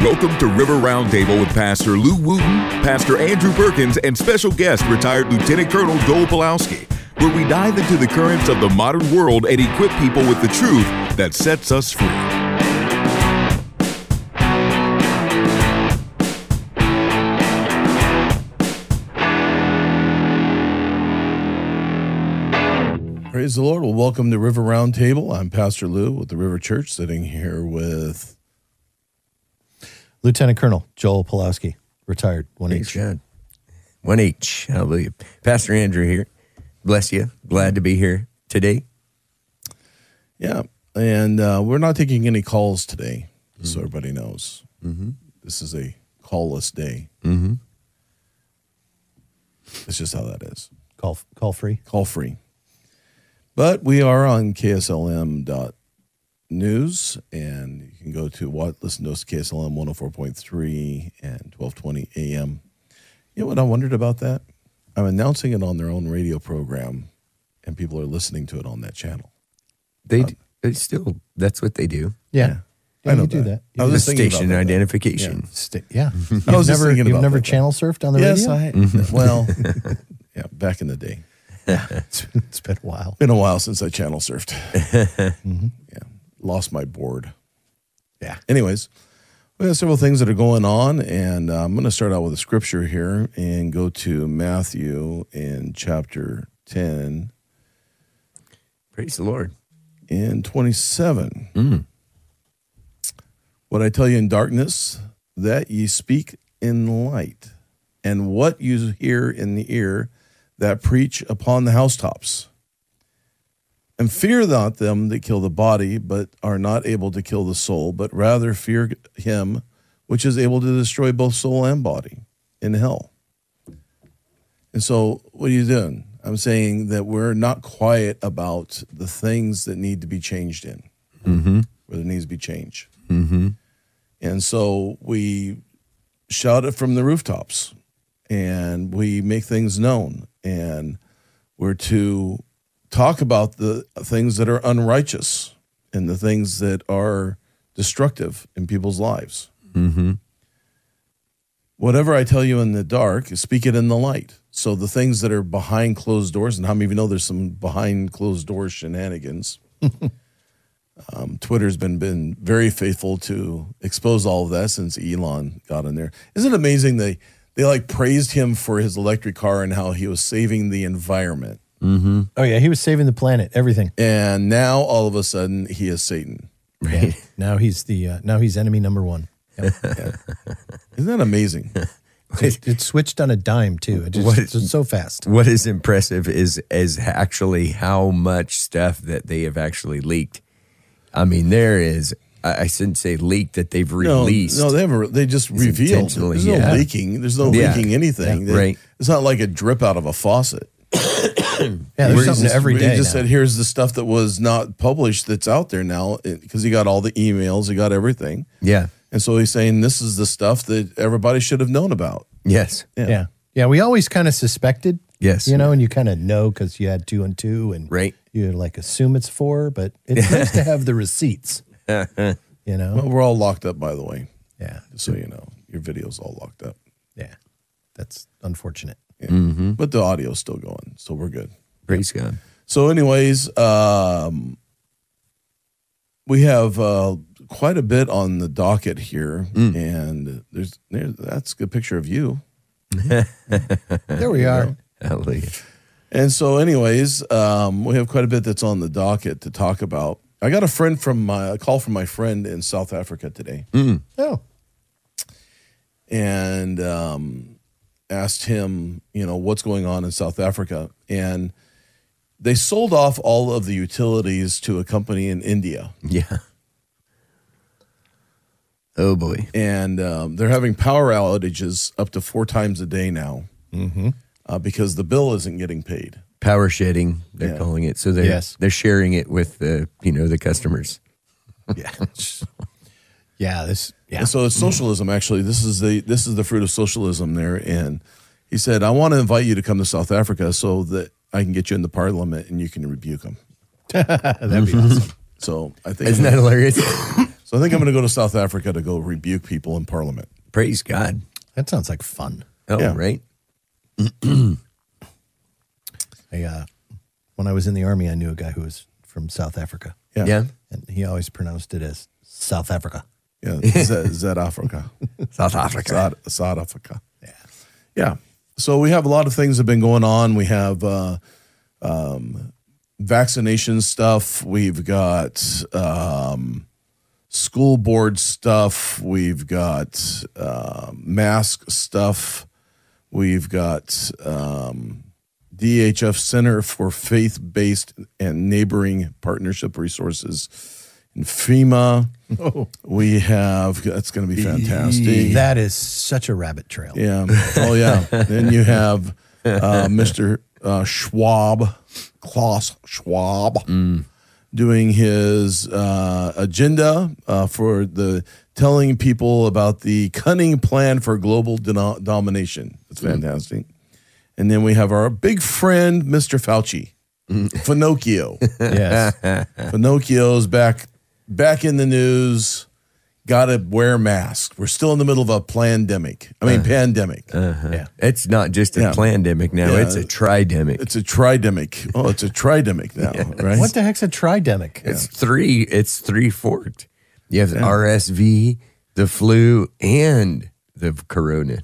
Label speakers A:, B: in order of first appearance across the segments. A: Welcome to River Roundtable with Pastor Lou Wooten, Pastor Andrew Perkins, and special guest retired Lieutenant Colonel Joel Pulowski, where we dive into the currents of the modern world and equip people with the truth that sets us free.
B: Praise the Lord. Well, welcome to River Roundtable. I'm Pastor Lou with the River Church, sitting here with.
C: Lieutenant Colonel Joel Pulowski, retired, one
D: Praise
C: each.
D: God. One H. Hallelujah. Pastor Andrew here. Bless you. Glad to be here today.
B: Yeah. And uh, we're not taking any calls today, so everybody knows. This is a callless day. Mm-hmm. That's just how that is.
C: Call call free.
B: Call free. But we are on KSLM.news, and you can go to what listen to us KSLM 104.3 and 1220 AM. You know what I wondered about that? I'm announcing it on their own radio program, and people are listening to it on that channel.
D: They, d they still, that's what they do.
C: Yeah.
B: Yeah.
C: Yeah,
B: I know
C: you do that.
B: that. I was
D: the
B: just thinking about
D: station
B: that, though.
D: identification.
C: Sti- yeah. You've
B: was just
C: never,
B: thinking
C: you've
B: about
C: never
B: that.
C: channel surfed on the
B: yes,
C: radio? Mm-hmm.
B: I well, yeah, back in the day.
C: It's been- it's been a while.
B: Been a while since I channel surfed. Mm-hmm. Yeah, lost my board.
C: Yeah.
B: Anyways, we have several things that are going on, and uh, I'm going to start out with a scripture here and go to Matthew in chapter 10
D: Praise the Lord.
B: and 27. What I tell you in darkness, that ye speak in light, and what you hear in the ear, that preach upon the housetops. And fear not them that kill the body, but are not able to kill the soul, but rather fear him which is able to destroy both soul and body in hell. And so, what are you doing? I'm saying that we're not quiet about the things that need to be changed in, where there needs to be change. And so we shout it from the rooftops and we make things known and we're to talk about the things that are unrighteous and the things that are destructive in people's lives. Whatever I tell you in the dark, speak it in the light. So the things that are behind closed doors, and how many of you know there's some behind closed door shenanigans? um, Twitter's been been very faithful to expose all of that since Elon got in there. Isn't it amazing they they like praised him for his electric car and how he was saving the environment,
C: Oh, yeah. He was saving the planet, everything.
B: and now all of a sudden he is Satan.
C: Yeah. now he's the uh, now he's enemy number one. Yep.
B: Isn't that amazing?
C: it, it switched on a dime too. It just
D: What-
C: it's so fast.
D: What is impressive is is actually how much stuff that they have actually leaked. I mean, there is. I, I shouldn't say leaked that they've
B: No,
D: released.
B: No, they haven't. re- They just revealed.
D: intentionally,
B: There's
D: yeah.
B: no leaking. There's no
D: Yeah.
B: leaking anything. They-
D: Right.
B: It's not like a drip out of a faucet.
C: Yeah,
B: Where
C: there's
B: he
C: something
B: just-
C: every
B: where
C: day.
B: He just
C: now.
B: said, "Here's the stuff that was not published that's out there now," because he got all the emails, he got everything,
D: yeah.
B: and so he's saying this is the stuff that everybody should have known about.
D: Yes.
B: Yeah.
C: yeah. Yeah. We always kind of suspected.
D: Yes.
C: You know, and you kind of know because you had two and two and
D: Right.
C: you like assume it's four, but it's nice to have the receipts. You know?
B: Well, we're all locked up, by the way,
C: yeah.
B: just so you know. Your video's all locked up,
C: Yeah. That's unfortunate.
B: yeah.
D: Mm-hmm.
B: but the audio's still going, so we're good.
D: Praise God.
B: So, anyways, um, we have uh, quite a bit on the docket here, and there's there. That's a good picture of you.
C: There we are.
D: Hallelujah.
B: And so, anyways, um, we have quite a bit that's on the docket to talk about. I got a friend from my a call from my friend in South Africa today,
C: Oh,
B: and um, asked him, you know, what's going on in South Africa, and they sold off all of the utilities to a company in India.
D: Yeah. Oh boy.
B: and um, they're having power outages up to four times a day now
C: Mm-hmm.
B: uh, because the bill isn't getting paid.
D: Power shedding, they're
B: Yeah.
D: calling it. So they're
C: Yes.
D: they're sharing it with the you know the customers.
C: yeah. yeah. This, yeah. Mm.
B: And so it's socialism. Actually, this is the this is the fruit of socialism there. And he said, "I want to invite you to come to South Africa so that I can get you in the parliament and you can rebuke them."
C: That'd be awesome.
B: So I think
D: Isn't that hilarious?
B: So I think I'm going to go to South Africa to go rebuke people in Parliament.
D: Praise God.
C: That sounds like fun.
D: Oh,
B: Yeah.
D: right.
C: I, uh, when I was in the army, I knew a guy who was from South Africa,
B: Yeah.
D: Yeah.
C: and he always pronounced it as South Africa.
B: Yeah. Z- Z Africa.
D: South Africa.
B: South, South Africa. Yeah. Yeah. So we have a lot of things that have been going on. We have uh, um, vaccination stuff. We've got um, school board stuff. We've got uh, mask stuff. We've got um, DHF Center for Faith Based and Neighboring Partnership Resources in FEMA. We have, that's going to be fantastic.
C: That is such a rabbit trail.
B: Yeah. Oh, yeah. then you have uh, Mr. Uh, Schwab, Klaus Schwab, doing his uh, agenda uh, for the telling people about the cunning plan for global deno- domination. It's fantastic. And then we have our big friend, Mr. Fauci, Finocchio.
C: Yes.
B: Pinocchio's back back in the news. Got to wear masks. We're still in the middle of a pandemic. I mean, pandemic.
C: yeah.
D: It's not just a
B: Yeah.
D: pandemic now,
B: Yeah.
D: it's a tridemic.
B: It's a tridemic. Oh, it's a tridemic now, right?
C: What the heck's a tridemic?
D: It's three. It's three forked. You have the RSV, the flu, and the corona.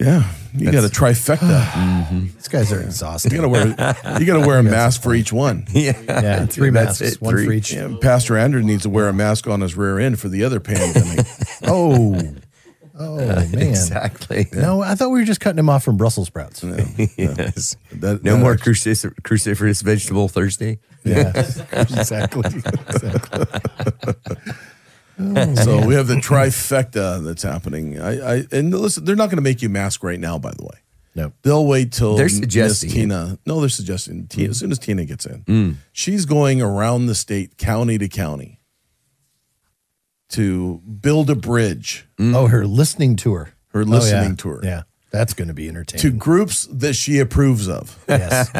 B: yeah, you got a trifecta.
C: These guys are
B: You
C: exhausted.
B: got to wear you got to wear a mask for each one.
D: Yeah,
C: yeah, three
D: that's
C: masks,
D: it,
C: one
D: three.
C: for each.
B: Yeah, Pastor Andrew needs to wear a mask on his rear end for the other pandemic.
C: Oh, oh man.
D: exactly.
C: No, I thought we were just cutting him off from Brussels sprouts. Yeah.
D: Yes.
B: That-
D: No
B: that
D: more
B: actually-
D: crucif- cruciferous vegetable Thursday.
C: exactly. exactly.
B: So we have the trifecta that's happening. I, I and listen, they're not going to make you mask right now. By the way,
C: No.
B: They'll wait till
D: They're
B: Miss
D: suggesting it. Mm.
B: Tina. No, they're suggesting Tina, as soon as Tina gets in, she's going around the state, county to county, to build a bridge.
C: Oh, her listening tour.
B: Mm-hmm. Her
C: Oh,
B: listening
C: yeah.
B: tour.
C: Yeah. That's going to be
B: To
C: entertaining.
B: groups that she approves of.
C: yes.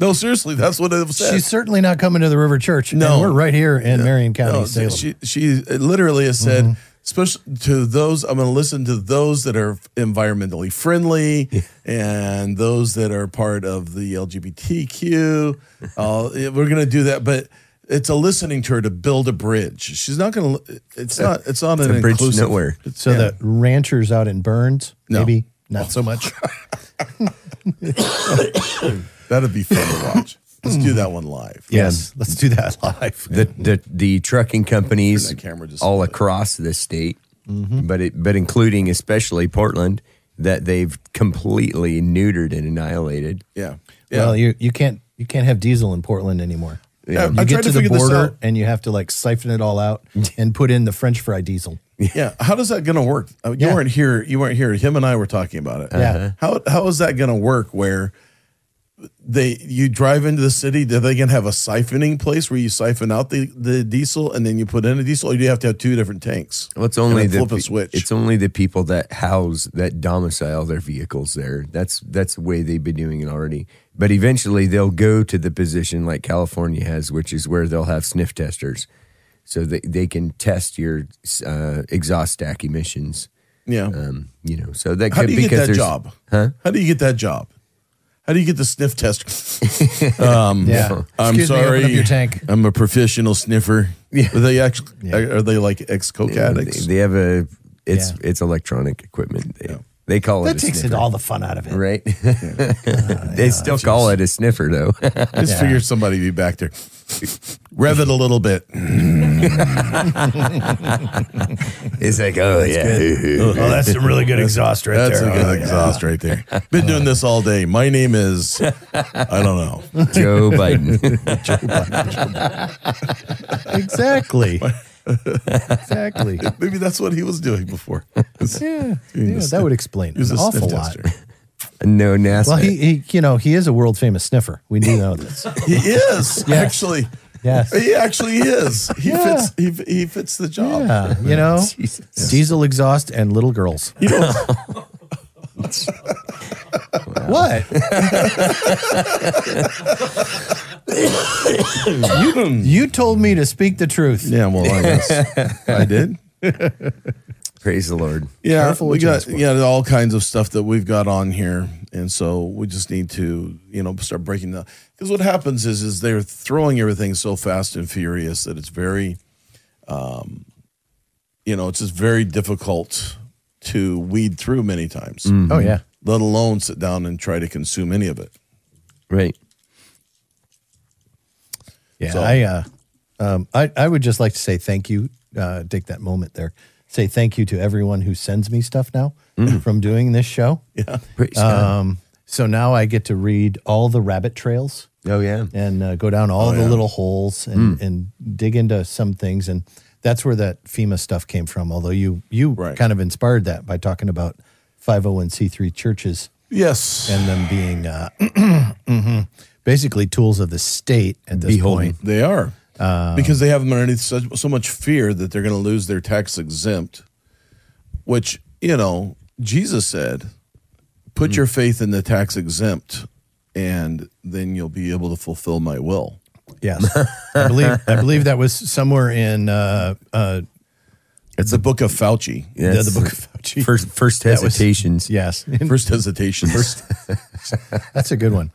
B: No, seriously, that's what it said.
C: She's certainly not coming to the River Church.
B: No.
C: And we're right here in Marion County,
B: No,
C: Salem.
B: she she literally has said, especially to those, I'm going to listen to those that are environmentally friendly and those that are part of the LGBTQ. Uh, yeah, we're going to do that, but it's a listening tour to build a bridge. She's not going to. It's not. It's not an
D: a bridge to
B: inclusive.
D: nowhere.
B: It's-
C: so
B: yeah.
C: the ranchers out in Burns,
B: No.
C: maybe not so much.
B: that'd be fun to watch. Let's do that one live.
C: yes. Let's do that live.
D: The the the trucking companies
B: Turn that camera just a
D: all
B: little bit. Mm-hmm.
D: across the state, but it but including especially Portland that they've completely neutered and annihilated.
B: Yeah. Yeah.
C: Well, you you can't you can't have diesel in Portland anymore.
B: Yeah,
C: You
B: I
C: get
B: tried
C: to,
B: to
C: the
B: figure this out. Mm.
C: border and you have to like siphon it all out and put in the French fry diesel.
B: Yeah, how does that gonna work? Uh, You
C: Yeah.
B: weren't here. You weren't here. Him and I were talking about it.
C: Yeah.
D: Uh-huh.
B: How how is that gonna work? Where they you drive into the city? Do they gonna have a siphoning place where you siphon out the, the diesel and then you put in a diesel, or do you have to have two different tanks?
D: Well, it's only
B: and
D: the
B: then flip
D: pe-
B: a switch.
D: It's only the people that house that domicile their vehicles there. That's that's the way they've been doing it already. But eventually, they'll go to the position like California has, which is where they'll have sniff testers, so they they can test your uh, exhaust stack emissions.
B: yeah.
D: Um, you know, so that
B: how
D: could
B: do you
D: because
B: get that
D: there's-
B: job? Huh? How do you get that job? How do you get the sniff test? Um,
C: Yeah.
B: I'm
C: Excuse Me,
B: sorry.
C: open up your tank.
B: I'm a professional sniffer.
D: Yeah.
B: Are they actually? Are they like ex coke
D: They,
B: addicts?
D: they have a it's
C: Yeah.
D: it's electronic equipment. They, they call it
C: That
D: a
C: takes it
D: sniffer,
C: all the fun out of it.
D: right. they
C: Ah,
D: still call it a sniffer though.
B: Just figure somebody be back there. Rev it a little bit.
D: it's like oh yeah,
C: Oh, that's some really good exhaust right
B: That's
C: there. Oh,
B: a good exhaust right there. Been doing this all day. My name is, I don't
C: Oh,
B: know.
D: Joe Biden.
C: Exactly. exactly.
B: Maybe that's what he was doing before.
C: Yeah. yeah that would explain
B: He was
C: an
B: a
C: awful
B: sniff
C: lot.
B: tester.
D: No NASA.
C: Well, he, he, you know, he is a world famous sniffer. We do know this.
B: He is actually.
C: Yes.
B: He actually is. He
C: Yeah.
B: fits. He, he fits the job.
C: Yeah, you know,
D: Jesus.
C: diesel exhaust and little girls.
B: You know,
C: What? You told me to speak the truth.
B: Yeah, well, I guess I did.
D: Praise the Lord.
B: Yeah,
C: Careful
B: we
C: what you
B: got
C: ask for.
B: yeah all kinds of stuff that we've got on here, and so we just need to you know start breaking down because what happens is is they're throwing everything so fast and furious that it's very, um, you know, it's just very difficult to weed through many times,
C: Oh yeah.
B: let alone sit down and try to consume any of it.
D: Right.
C: Yeah,
B: So-
C: I, uh, um, I I would just like to say thank you. Uh, take that moment there. Say thank you to everyone who sends me stuff now
B: Mm.
C: from doing this show.
B: Yeah,
D: Praise God.
C: Um, so now I get to read all the rabbit trails
D: Oh, yeah.
C: and uh, go down all the
B: yeah.
C: little holes and, and dig into some things, and that's where that FEMA stuff came from. Although you you
B: Right.
C: kind of inspired that by talking about 501c3 churches
B: yes,
C: and them being uh, mhm, basically tools of the state at this
D: Beholden.
C: point.
B: they are because they have them underneath such, so much fear that they're going to lose their tax exempt, which you know Jesus said, "Put your faith in the tax exempt, and then you'll be able to fulfill my will."
C: Yes, I believe I believe that was somewhere in uh, uh,
B: It's the book of Fauci.
D: Yeah,
C: the,
D: it's
C: the book of Fauci.
D: First, first
C: That was-
D: hesitations.
C: yes,
B: First hesitation. First,
C: that's a good one.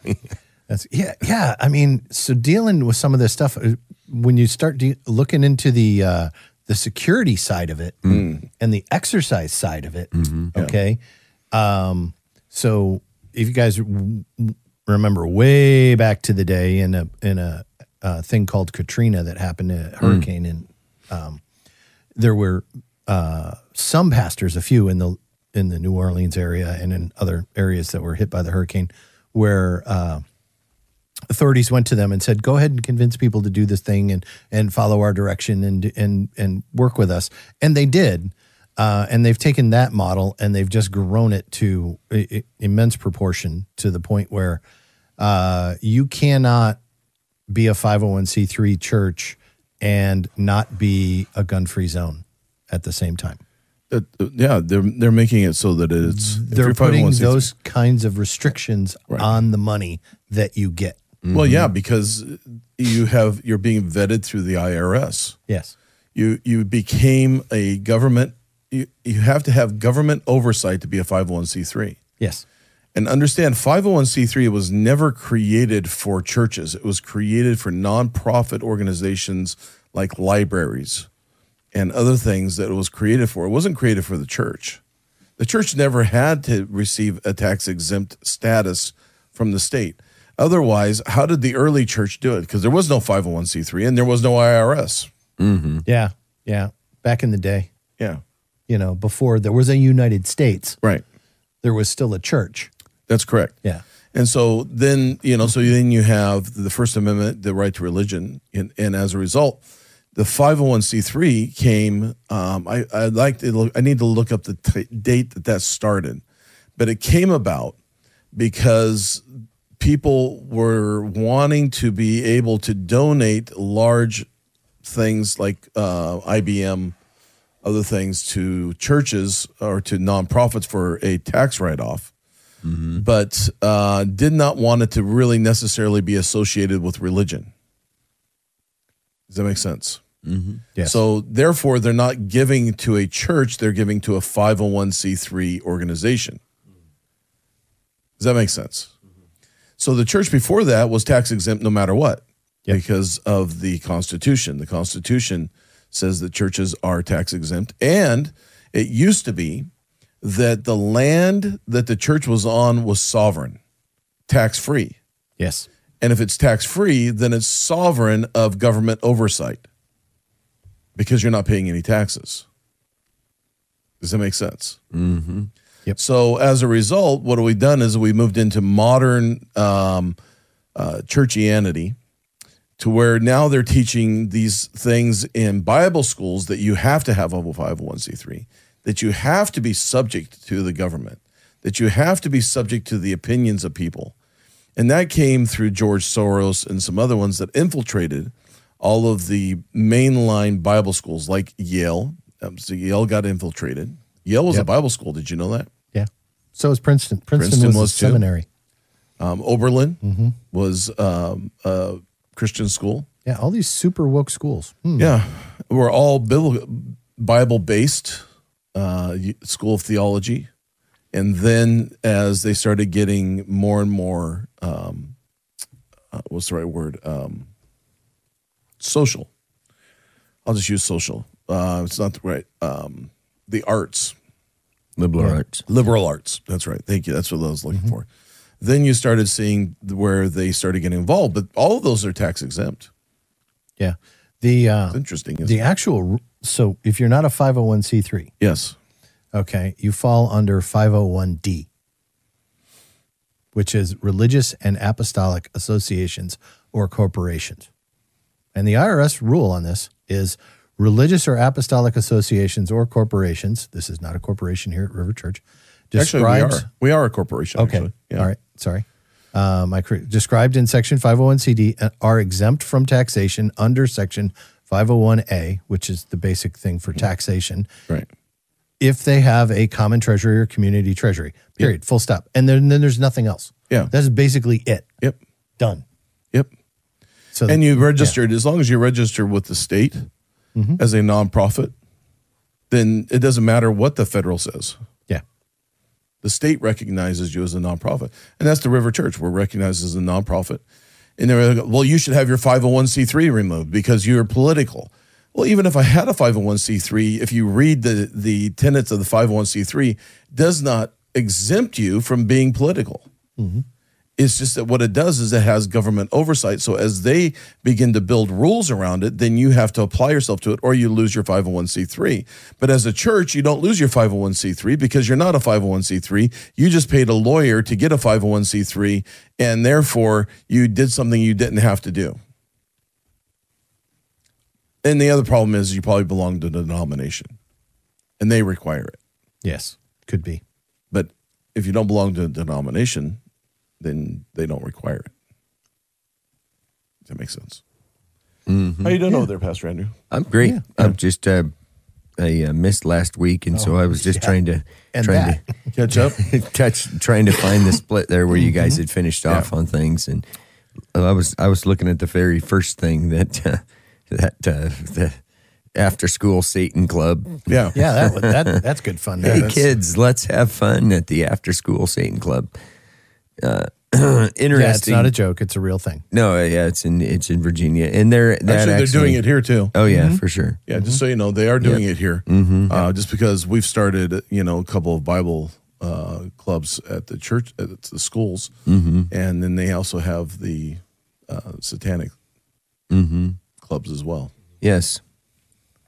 C: That's yeah, yeah. I mean, so dealing with some of this stuff uh, when you start de- looking into the uh, the security side of it and the exercise side of it. Okay, um, so if you guys w- w- remember way back to the day in a in a uh, thing called Katrina that happened a hurricane in there were uh, some pastors, a few in the in the New Orleans area and in other areas that were hit by the hurricane, where uh, authorities went to them and said, "Go ahead and convince people to do this thing and and follow our direction and and and work with us." And they did. Uh, and they've taken that model and they've just grown it to i- i- immense proportion to the point where uh, you cannot be a 501c3 church and not be a gun free zone at the same time.
B: uh, yeah, they're they're making it so that it's if
C: They're
B: you're
C: putting
B: 501c3
C: those kinds of restrictions on the money that you get.
B: Well, yeah, because you have you're being vetted through the IRS.
C: Yes.
B: you you became a government you, you have to have government oversight to be a 501c3
C: Yes.
B: and understand 501c3 was never created for churches it was created for nonprofit organizations like libraries and other things that it was created for it wasn't created for the church the church never had to receive a tax exempt status from the state otherwise how did the early church do it because there was no 501c3 and there was no irs
C: Yeah. Yeah. Back in the day,
B: yeah
C: you know, before there was a United States,
B: right
C: there was still a church.
B: That's correct.
C: Yeah.
B: And so then, you know, so then you have the First Amendment, the right to religion. And, and as a result, the 501c3 came. Um, I, I'd like to look, I need to look up the t- date that that started, but it came about because people were wanting to be able to donate large things like uh, IBM, other things to churches or to nonprofits for a tax write off but uh, did not want it to really necessarily be associated with religion. Does that make sense?
C: Yes.
B: So, therefore, they're not giving to a church, they're giving to a 501c3 organization. Does that make sense? So, the church before that was tax exempt no matter what because of the Constitution. The Constitution says that churches are tax exempt, and it used to be that the land that the church was on was sovereign, tax free.
C: yes.
B: And if it's tax free, then it's sovereign of government oversight because you're not paying any taxes. Does that make sense? Mm-hmm.
C: Yep.
B: So as a result, what we've done is we moved into modern um, uh, churchianity to where now they're teaching these things in Bible schools that you have to have a 501c3, that you have to be subject to the government, that you have to be subject to the opinions of people. And that came through George Soros and some other ones that infiltrated all of the mainline Bible schools like Yale. Um, so Yale got infiltrated. Yale was a
C: Yep.
B: Bible school. Did you know that?
C: Yeah. So is Princeton. Princeton,
B: Princeton
C: was,
B: was
C: a
B: too.
C: seminary.
B: Um, Oberlin was um, a Christian school.
C: Yeah, all these super woke schools. Hmm.
B: Yeah, we're all Bible based uh, y- school of theology, and then as they started getting more and more, um, uh, what's the right word? Um, social. I'll just use social. Uh, it's not the right. Um, the arts,
D: liberal arts.
B: liberal arts. That's right. Thank you. That's what I was looking for. Then you started seeing where they started getting involved, but all of those are tax exempt.
C: Yeah. The uh,
B: It's interesting. Isn't
C: the actual so if you're not a 501c3,
B: it? Yes.
C: okay, you fall under 501d, which is religious and apostolic associations or corporations. And the IRS rule on this is religious or apostolic associations or corporations. This is not a corporation here at River Church.
B: Actually, we are. We are a corporation.
C: Okay.
B: Actually. Yeah.
C: All right. Sorry. Um, I cre- described in section 501cd uh, are exempt from taxation under section 501a, which is the basic thing for taxation,
B: Right.
C: if they have a common treasury or community treasury. Period. Full stop. And then, then there's nothing else.
B: Yeah.
C: That's basically it.
B: Yep.
C: Done.
B: Yep.
C: So
B: And you registered as long as you register with the state
C: Mm-hmm.
B: as a nonprofit, then it doesn't matter what the federal says.
C: yeah.
B: The state recognizes you as a nonprofit, and that's the River Church. We're recognized as a nonprofit, and they're like, "Well, you should have your five hundred one c three removed because you're political." Well, even if I had a five hundred one c three, if you read the the tenets of the five hundred one c three, does not exempt you from being political. It's just that what it does is it has government oversight. So as they begin to build rules around it, then you have to apply yourself to it or you lose your 501c3. But as a church, you don't lose your 501c3 because you're not a 501c3. You just paid a lawyer to get a 501c3 and therefore you did something you didn't have to do. And the other problem is you probably belong to the denomination and they require it.
C: Yes. Could be.
B: But if you don't belong to a denomination, then they don't require it. Does that make sense? How Oh, you doing over there, Pastor Andrew?
D: I'm great. I'm just uh, I uh, missed last week, and so I was just trying to
C: Oh, And
D: trying
C: that.
D: to
B: Catch up.
D: touch trying to find the split there where you guys had finished off on things and I was I was looking at the very first thing that uh, that uh, the after school Satan club.
B: yeah.
C: Yeah. That, would- that That's good fun.
D: Hey
C: That's-
D: kids, let's have fun at the after school Satan club. Uh, interesting.
C: Yeah, it's not a joke. It's a real thing.
D: no, yeah, it's in it's in Virginia, and they're that
B: Actually, they're doing
D: actually-
B: it here too.
D: Oh yeah, for sure.
B: Yeah, just so you know, they are doing it here. Uh, just because we've started, you know, a couple of Bible uh, clubs at the church, at the schools, and then they also have the uh, satanic clubs as well.
D: Yes.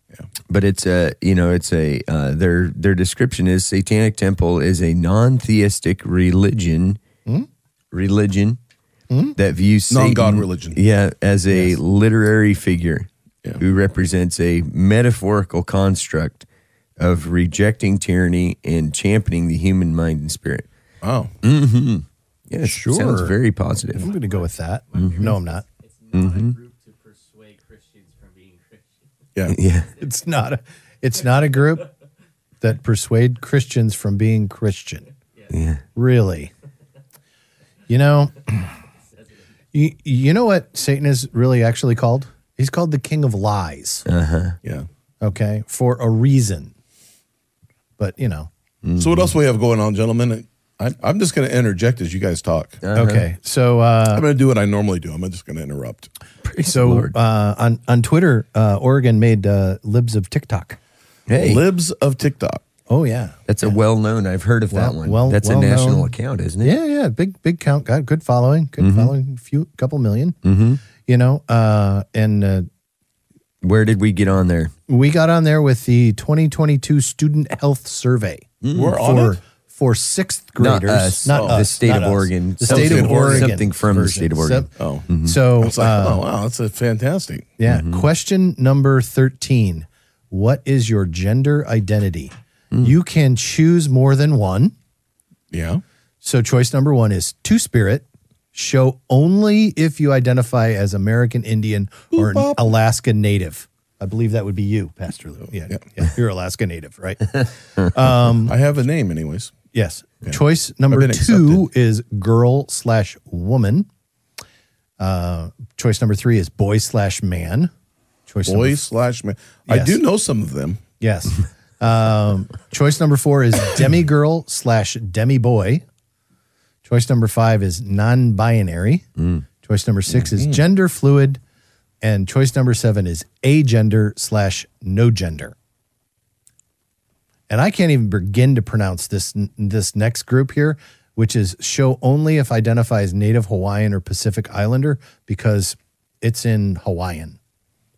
B: Yeah.
D: But it's a, you know, it's a uh, their their description is Satanic Temple is a non-theistic religion, religion that views Satan-
B: Non-God religion.
D: yeah, as a literary figure
B: Yeah.
D: who represents a metaphorical construct of rejecting tyranny and championing the human mind and spirit.
B: Wow.
D: Yeah, sure. Sounds
C: Sure.
D: very positive.
C: I'm going to go with that.
B: Mm-hmm.
C: No, I'm not.
E: It's not a group to persuade Christians from being Christian.
B: Yeah.
D: Yeah.
C: It's not a, it's not a group that persuade Christians from being Christian.
D: Yeah.
C: Really. You know, you, you know what Satan is really actually called? He's called the king of lies,
B: Yeah.
C: okay? For a reason. But, you know,
B: So what else we have going on, gentlemen? I, I'm just going to interject as you guys talk.
C: okay. So, uh,
B: I'm going to do what I normally do. I'm just going to interrupt.
C: so uh, on, on Twitter, uh, Oregon made uh, libs of TikTok.
D: Hey,
B: Libs of TikTok.
C: Oh, yeah.
D: that's a well-known. I've heard of that
C: Well-
D: one.
C: well-
D: that's a
C: well-known.
D: national account, isn't it?
C: Yeah, yeah, big big count, got good following, good following, few couple 1000000 You know, uh, and uh,
D: Where did we get on there?
C: we got on there with the 2022 student health survey.
B: We're
C: for,
B: on it?
C: for sixth
D: Mm. Not
C: graders,
D: us. Oh. The
C: us,
D: state
C: not
D: of
C: us.
D: Oregon.
C: the state
D: Something-
C: of Oregon,
D: something from the state of Oregon.
C: So,
B: Oh.
C: so,
B: It's like,
C: uh,
B: oh, wow. That's a fantastic.
C: yeah.
D: Mm-hmm.
C: Question number 13 What is your gender identity?
D: Mm.
C: You can choose more than one.
B: Yeah.
C: So choice number one is Two Spirit. Show only if you identify as American Indian or an Alaska Native. I believe that would be you, Pastor
B: Oh,
C: Lou. Yeah, yeah. you're Alaska Native, right? Mm-hmm.
B: I have a name, anyways.
C: yes. Choice
B: I've
C: number
B: been
C: two is girl slash woman. Uh, choice number three is boy slash man. Choice number
B: Boy slash man. I
C: Yes.
B: do know some of them.
C: Yes. Um, choice number four is demi girl slash demi boy. Choice number five is non binary. Choice number 6 is gender fluid. And choice number seven is agender slash no gender. And I can't even begin to pronounce this this next group here, which is show only if identify as Native Hawaiian or Pacific Islander because it's in Hawaiian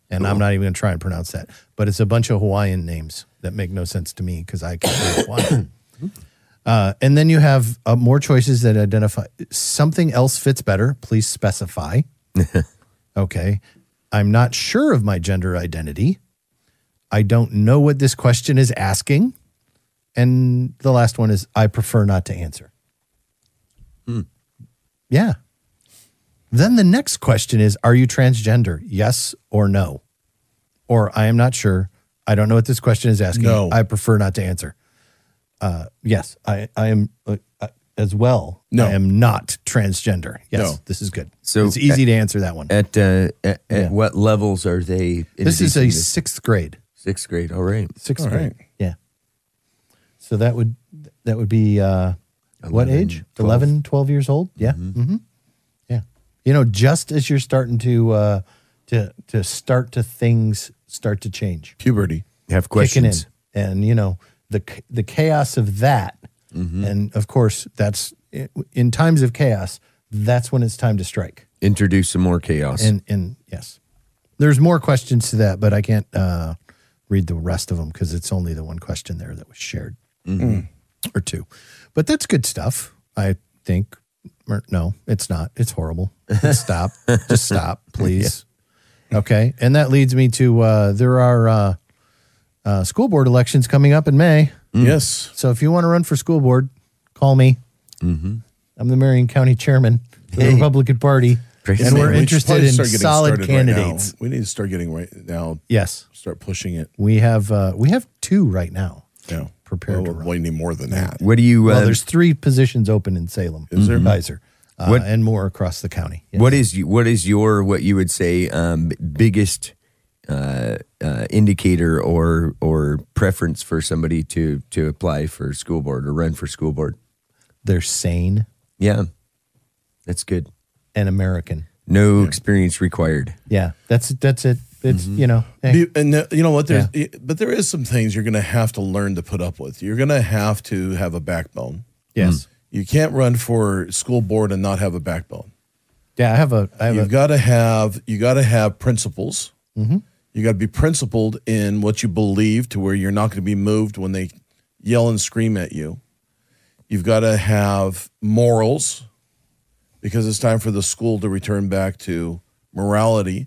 C: and I'm not even going to try and pronounce that. But it's a bunch of Hawaiian names that make no sense to me because I can't read Hawaiian. Uh, and then you have uh, more choices that identify something else fits better. Please specify. okay. I'm not sure of my gender identity. I don't know what this question is asking. And the last one is I prefer not to answer. Yeah. Then the next question is Are you transgender? Yes or no? Or I am not sure. I don't know what this question is asking.
B: No.
C: I prefer not to answer. Uh, yes, I, I am uh, uh, as well.
B: No.
C: I am not transgender. Yes,
B: No. eh,
C: this is good.
D: So-
C: it's easy to answer that one.
D: At uh, at, at
C: Yeah.
D: what levels are they?
C: This is
D: introducing
C: a sixth grade.
D: sixth grade. All right.
C: Sixth
B: All
C: grade.
B: right.
C: Yeah. So that would that would be uh, what
D: 11,
C: age?
D: 12.
C: 11, 12 years old. Yeah. hmm
B: Mm-hmm.
C: Yeah. You know, just as you're starting to uh, to to start to things start to change,
B: Puberty.
D: Have
C: kicking in,
D: questions.
C: and you know the c- the chaos of that, and of course that's in times of chaos. That's when it's time to strike.
D: Introduce some more chaos.
C: And and yes, there's more questions to that, but I can't uh, read the rest of them because it's only the one question there that was shared or two. But that's good stuff, I think. Or, no, it's not. It's horrible. Just stop. Just stop, please. Okay, and that leads me to uh, there are uh, uh, school board elections coming up in May.
B: Yes.
C: So if you want to run for school board, call me.
B: Mm-hmm.
C: I'm the Marion County Chairman for the Republican Party,
D: Praise
C: and
D: the
C: we're
D: Lord.
B: We should
C: interested
B: probably
C: in
B: start getting
C: solid
B: started right now.
C: candidates.
B: we need to start getting right now,
C: Yes,
B: start pushing it.
C: we have uh, we have two right now.
B: Yeah.
C: Prepared
B: Well,
C: to
B: we need more than that.
D: what do you?
C: Well,
D: um,
C: there's three positions open in Salem, is there? Kaiser, uh,
D: What-
C: and more across the county. Yeah.
D: What is you- what is your what you would say um, b- biggest uh, uh, indicator or or preference for somebody to to apply for school board or run for school board?
C: They're sane
D: Yeah, that's good.
C: and American.
D: No experience required.
C: Yeah, that's that's it. It's
B: Mm-hmm.
C: you know, hey,
B: Be- And uh, you know what? There's, But there is some things you're going to have to learn to put up with. You're going to have to have a backbone.
C: yes,
B: You can't run for school board and not have a backbone.
C: yeah. I have a I have
B: You've
C: a Mm-hmm.
B: got to have you got to have principles. You got to be principled in what you believe to where you're not going to be moved when they yell and scream at you. You've got to have morals because it's time for the school to return back to morality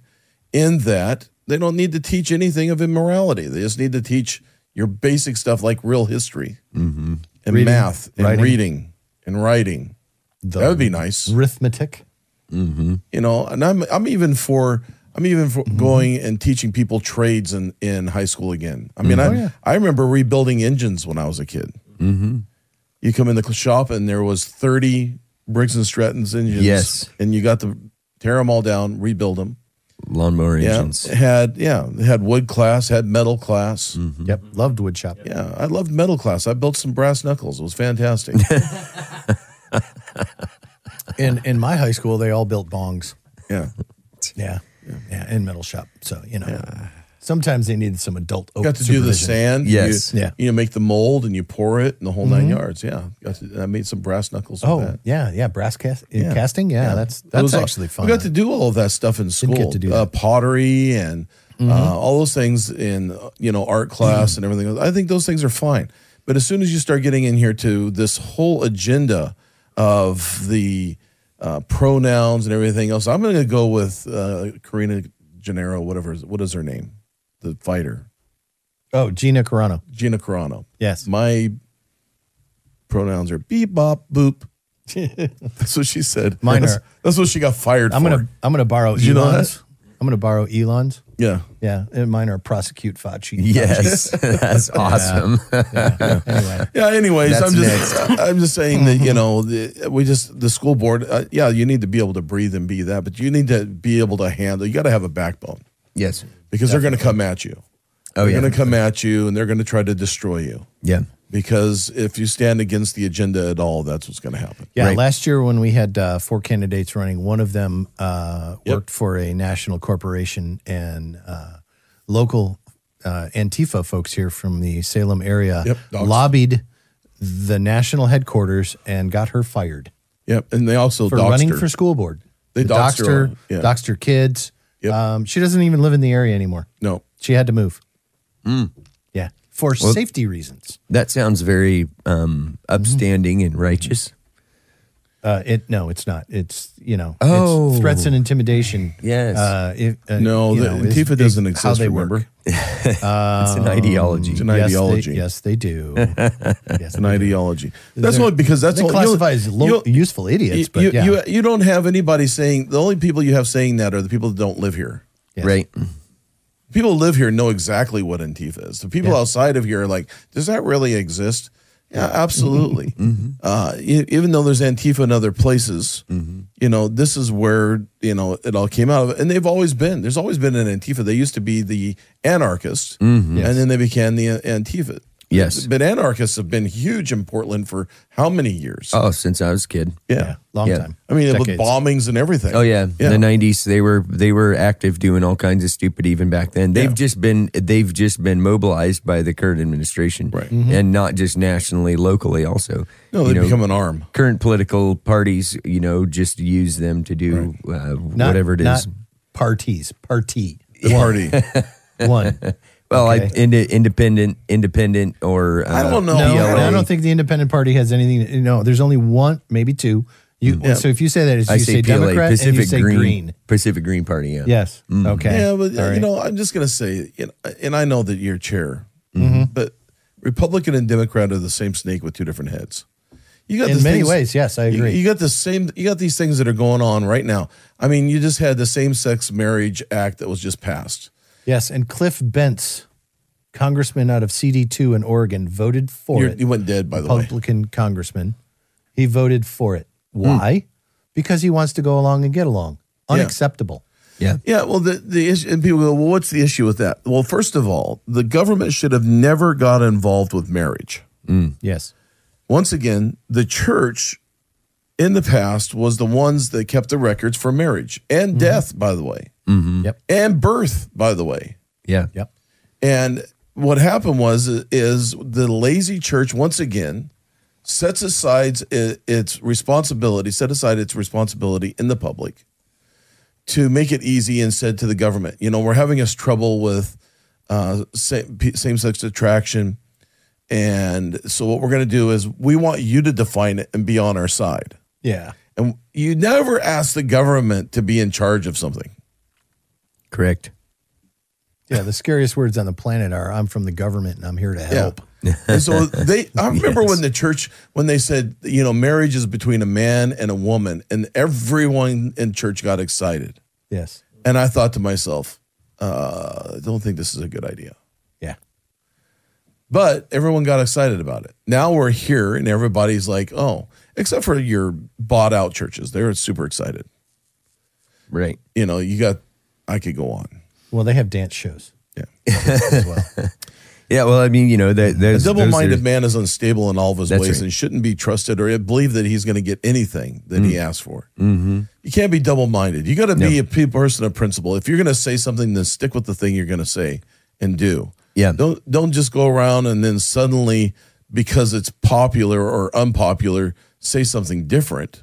B: in that they don't need to teach anything of immorality. They just need to teach your basic stuff like real history and
C: Mm-hmm. Reading,
B: math and
C: writing.
B: reading and writing.
C: the
B: that would be nice
C: arithmetic.
B: you know and i'm i'm even for i'm even for going and teaching people trades in in high school again i mean i i remember rebuilding engines when i was a kid mm-hmm. you come in the shop and there was 30 briggs and stratton's engines
D: Yes.
B: and you got to tear them all down rebuild them
D: Lawnmower
B: yeah
D: engines.
B: had yeah had wood class had metal class
C: Yep, loved wood shop.
B: Mm-hmm. yeah i loved metal class i built some brass knuckles it was fantastic
C: In in my high school, they all built bongs.
B: yeah
C: Yeah, yeah, in metal shop. So you know, sometimes they needed some adult.
B: got to do the
C: supervision.
B: sand.
D: Yes.
B: You,
C: Yeah. Mm-hmm.
B: You know, make the mold and you pour it and the whole nine yards. Yeah. Got to, I made some brass knuckles. with
C: Oh
B: that.
C: yeah, yeah, brass cast,
B: Yeah.
C: casting. Yeah, that's
B: It
C: that's
B: was all-
C: actually fun.
B: We got to do all of that stuff in school.
C: get to do
B: Uh,
C: that. Mm-hmm.
B: pottery and uh, all those things in uh, you know art class and everything. else. I think those things are fine. But as soon as you start getting in here to this whole agenda of the uh, pronouns and everything else, I'm going to go with uh, Karina Gennaro, whatever. is- What is her name? The fighter.
C: oh, Gina Carano.
B: Gina Carano.
C: Yes.
B: My pronouns are beep bop boop. that's what she said.
C: Mine
B: that's,
C: are-
B: that's what she got fired
C: I'm
B: for.
C: gonna I'm gonna borrow
B: you know
C: Elon's. I'm gonna borrow Elon's.
B: Yeah.
C: Yeah, and mine are prosecute Fachi.
D: Yes, that's awesome.
C: Anyway,
B: Yeah. Anyways,
D: That's
B: I'm just I'm just saying that you know the, we just the school board. Uh, yeah, you need to be able to breathe and be that, but you need to be able to handle. You got to have a backbone
D: Yes.
B: because they're going to come at you.
D: Oh
B: they're
D: yeah.
B: going to come at you, and they're going to try to destroy you.
D: yeah.
B: Because if you stand against the agenda at all, that's what's going to happen.
C: yeah.
D: Right.
C: Last year when we had uh, four candidates running, one of them uh,
B: Yep.
C: worked for a national corporation and uh, local uh, Antifa folks here from the Salem area
B: Yep, dogs.
C: lobbied the national headquarters and got her fired
B: Yep. And they also
C: for
B: doxed
C: running
B: her.
C: for school board.
B: They
C: The
B: doxed
C: doxed
B: her.
C: her,
B: Yeah.
C: doxed her kids.
B: Yep.
C: Um, she doesn't even live in the area anymore.
B: no.
C: She had to move.
B: Hmm.
C: Yeah, for safety reasons.
D: That sounds very um, upstanding and righteous.
C: Uh, it no, it's not. It's you know,
D: Oh.
C: it's threats and intimidation.
D: Yes.
C: Uh, if, uh,
B: No,
C: you
B: the,
C: know, is-
B: Antifa
C: is
B: doesn't
C: how
B: exist.
C: they
B: Remember,
C: work.
D: It's an ideology.
B: Um, it's an
C: Yes,
B: ideology.
C: They, yes, they do. yes,
B: an
C: they do.
B: ideology. That's
C: They're-
B: what because that's
C: they
B: all,
C: classify as lo-
B: you-
C: useful idiots.
B: you,
C: but
B: you,
C: yeah,
B: you, you don't have anybody saying the only people you have saying that are the people that don't live here.
C: yes.
D: Right.
B: People who live here know exactly what Antifa is. The people
C: Yeah.
B: outside of here are like, does that really exist? Yeah, absolutely.
C: Mm-hmm.
B: Uh, e- even though there's Antifa in other places,
C: Mm-hmm.
B: you know, this is where you know it all came out of, and they've always been. There's always been an Antifa. They used to be the anarchists,
C: Mm-hmm.
B: and then they became the Antifa.
D: Yes.
B: but anarchists have been huge in Portland for how many years?
D: Oh, since I was a kid.
B: yeah,
C: long
D: Yeah.
C: time.
B: I mean, with
C: Decades.
B: bombings and everything.
D: Oh yeah.
B: yeah.
C: uh,
D: the nineties they were they were active doing all kinds of stupid even back then. They've
B: Yeah.
D: just been they've just been mobilized by the current administration,
B: Right.
C: Mm-hmm.
D: And not just nationally, locally also.
B: no, they
D: you know,
B: become an arm.
D: current political parties, you know, just use them to do uh,
C: Not-
D: whatever it
C: not
D: is.
C: parties, party
B: The party.
C: one.
D: well, I,
C: okay.
D: inde- independent, independent, or uh,
B: I don't know.
C: No,
B: Yeah,
C: I
B: right.
C: don't think the independent party has anything. No, there's only one, maybe two. You
B: Yeah.
C: so if you say that, it's
D: I
C: you say,
D: say, PLA,
C: Democrat
D: Pacific
C: and you say
D: Green, Mm.
C: Green.
D: Pacific Green Party. Yeah,
C: Yes. Okay.
B: Yeah, but
C: All
B: you
C: right.
B: know, I'm just gonna say, you know, and I know that you're chair,
C: Mm-hmm.
B: but Republican and Democrat are the same snake with two different heads. You got
C: in
B: these
C: many
B: things-
C: ways, yes, I
B: you-
C: agree.
B: You, got the same. You got these things that are going on right now. I mean, you just had the same-sex marriage act that was just passed.
C: yes, and Cliff Bentz, congressman out of CD2 in Oregon, voted for
B: You're,
C: it.
B: you went dead, by the way.
C: Republican congressman. He voted for it. Why? Because he wants to go along and get along.
B: Hmm. Yeah.
C: Unacceptable.
D: yeah.
B: Yeah, well, the, the issue, and people go, well, what's the issue with that? Well, first of all, the government should have never got involved with marriage.
C: Yes.
B: Once again, the church in the past was the ones that kept the records for marriage and death, by the way,
C: Yep.
B: and birth, by the way.
D: yeah,
C: Yep.
B: And what happened was is the lazy church once again sets aside i- its responsibility, set aside its responsibility in the public to make it easy and said to the government, you know, we're having us trouble with uh, same sex attraction. And so what we're going to do is we want you to define it and be on our side.
C: Yeah.
B: And you never ask the government to be in charge of something.
D: correct.
C: Yeah. The scariest words on the planet are I'm from the government and I'm here to help.
B: and so they, I remember when the church, when they said, you know, marriage is between a man and a woman, and everyone in church got excited.
C: Yes.
B: And I thought to myself, uh, I don't think this is a good idea.
C: Yeah.
B: But everyone got excited about it. Now we're here, and everybody's like, oh, except for your bought out churches. They're super excited.
D: Right.
B: You know, you got, I could go on.
C: Well, they have dance shows
B: Yeah.
C: as well.
D: Yeah. Well, I mean, you know, that
B: A
D: those,
B: double minded
D: those are-
B: man is unstable in all of his
D: That's
B: ways
D: right.
B: and shouldn't be trusted or believe that he's going to get anything that
D: Mm.
B: he asks for.
D: Mm-hmm.
B: You can't be double minded. You got to be a pe- person of principle. If you're going to say something, then stick with the thing you're going to say and do.
D: Yeah.
B: Don't don't just go around and then suddenly because it's popular or unpopular say something different.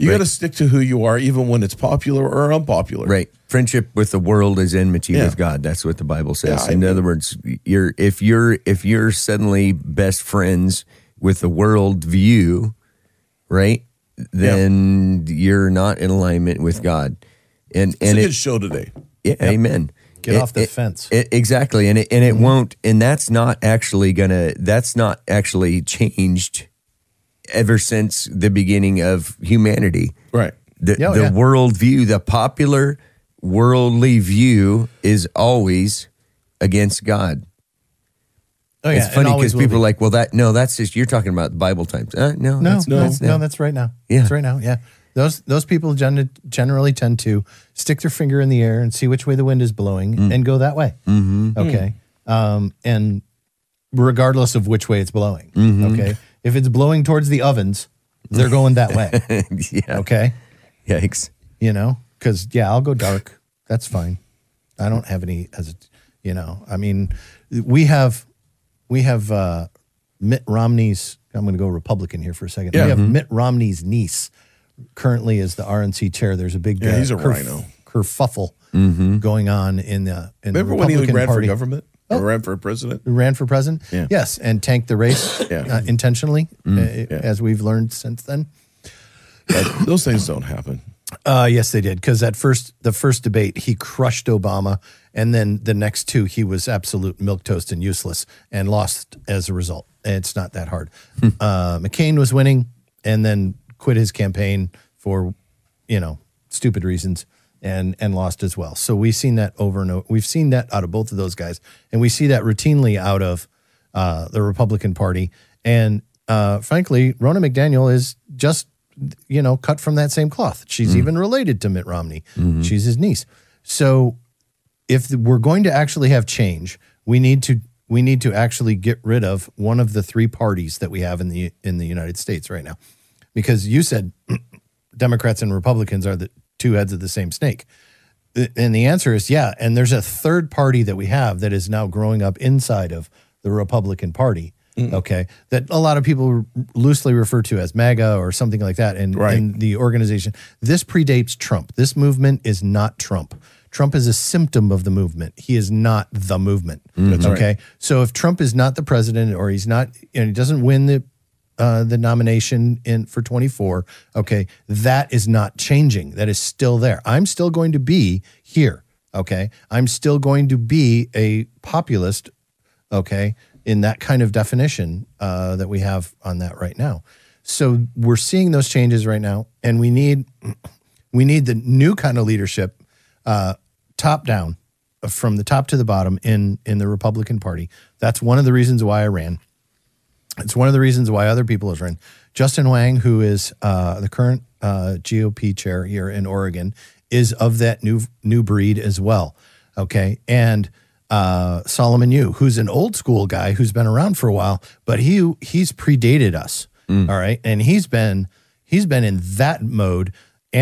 B: You got to stick to who you are, even when it's popular or unpopular.
D: Right. Friendship with the world is enmity
B: Yeah.
D: with God. That's what the Bible says.
B: Yeah, I
D: In
B: mean-
D: other words, you're if you're if you're suddenly best friends with the world view, right? Then you're not in alignment with God. And
B: It's
D: and
B: a
D: it,
B: good show today.
D: yeah, amen.
C: Get
D: It-
C: off the
D: it-
C: fence. Mm-hmm.
D: it- exactly. And it and it won't and that's not actually gonna that's not actually changed ever since the beginning of humanity
B: Right.
D: the,
C: Yeah,
D: the
C: yeah.
D: worldview, the popular worldly view is always against God.
C: Oh, yeah.
D: it's funny because people
C: are
D: are like, well, that no, that's just you're talking about Bible times. Uh, no,
C: no,
D: that's,
C: no,
D: that's,
C: no, that's right now.
D: Yeah.
C: That's right now. Yeah. Those those people gen- generally tend to stick their finger in the air and see which way the wind is blowing and go that way. Mm. Mm-hmm. Okay. Um, and regardless of which way it's blowing. Okay. If it's blowing towards the ovens, they're going that way.
D: yeah,
C: Okay.
D: yikes.
C: You know, because yeah, I'll go dark. That's fine. I don't have any as you know. I mean, we have we have uh, Mitt Romney's. I'm going to go Republican here for a second.
B: Yeah. Mm-hmm.
C: We have Mitt Romney's niece currently is the RNC chair. There's a big uh,
B: Yeah, he's a
C: kerf-
B: rhino. Mm-hmm.
C: kerfuffle going on in the in the
B: Remember when he
C: Republican
B: ran
C: Party
B: for government?
D: Oh.
B: Or ran for president?
C: ran for president.
B: Yeah.
C: Yes, and tanked the race
B: Yeah. Mm-hmm.
C: uh, intentionally, uh,
B: yeah.
C: as we've learned since then.
B: But those things don't happen.
C: Uh, yes, they did. Because that first, the first debate, he crushed Obama, and then the next two, he was absolute milk toast and useless, and lost as a result. And It's not that hard. uh, McCain was winning, and then quit his campaign for, you know, stupid reasons, and and lost as well. So we've seen that over and over. We've seen that out of both of those guys, and we see that routinely out of uh, the Republican Party. And uh, frankly, Rona McDaniel is just you know, cut from that same cloth. She's even related to Mitt Romney. She's his niece. So if th- we're going to actually have change, we need to we need to actually get rid of one of the three parties that we have in the in the United States right now. Because you said Democrats and Republicans are the two heads of the same snake. Th- And the answer is yeah, and there's a third party that we have that is now growing up inside of the Republican Party. Okay, that a lot of people loosely refer to as MAGA or something like that, and,
B: Right.
C: and the organization. This predates Trump. This movement is not Trump. Trump is a symptom of the movement. He is not the movement. okay. So if Trump is not the president or he's not and he doesn't win the uh, the nomination in for 24, okay, that is not changing. That is still there. I'm still going to be here. Okay. I'm still going to be a populist okay, in that kind of definition uh, that we have on that right now. So we're seeing those changes right now, and we need we need the new kind of leadership, uh, top down, uh, from the top to the bottom in in the Republican Party. That's one of the reasons why I ran. It's one of the reasons why other people have run. Justin Wang, who is uh, the current uh, GOP chair here in Oregon, is of that new new breed as well. Okay, and uh, Solomon Yu, who's an old school guy who's been around for a while, but he he's predated us. All right, and he's been he's been in that mode,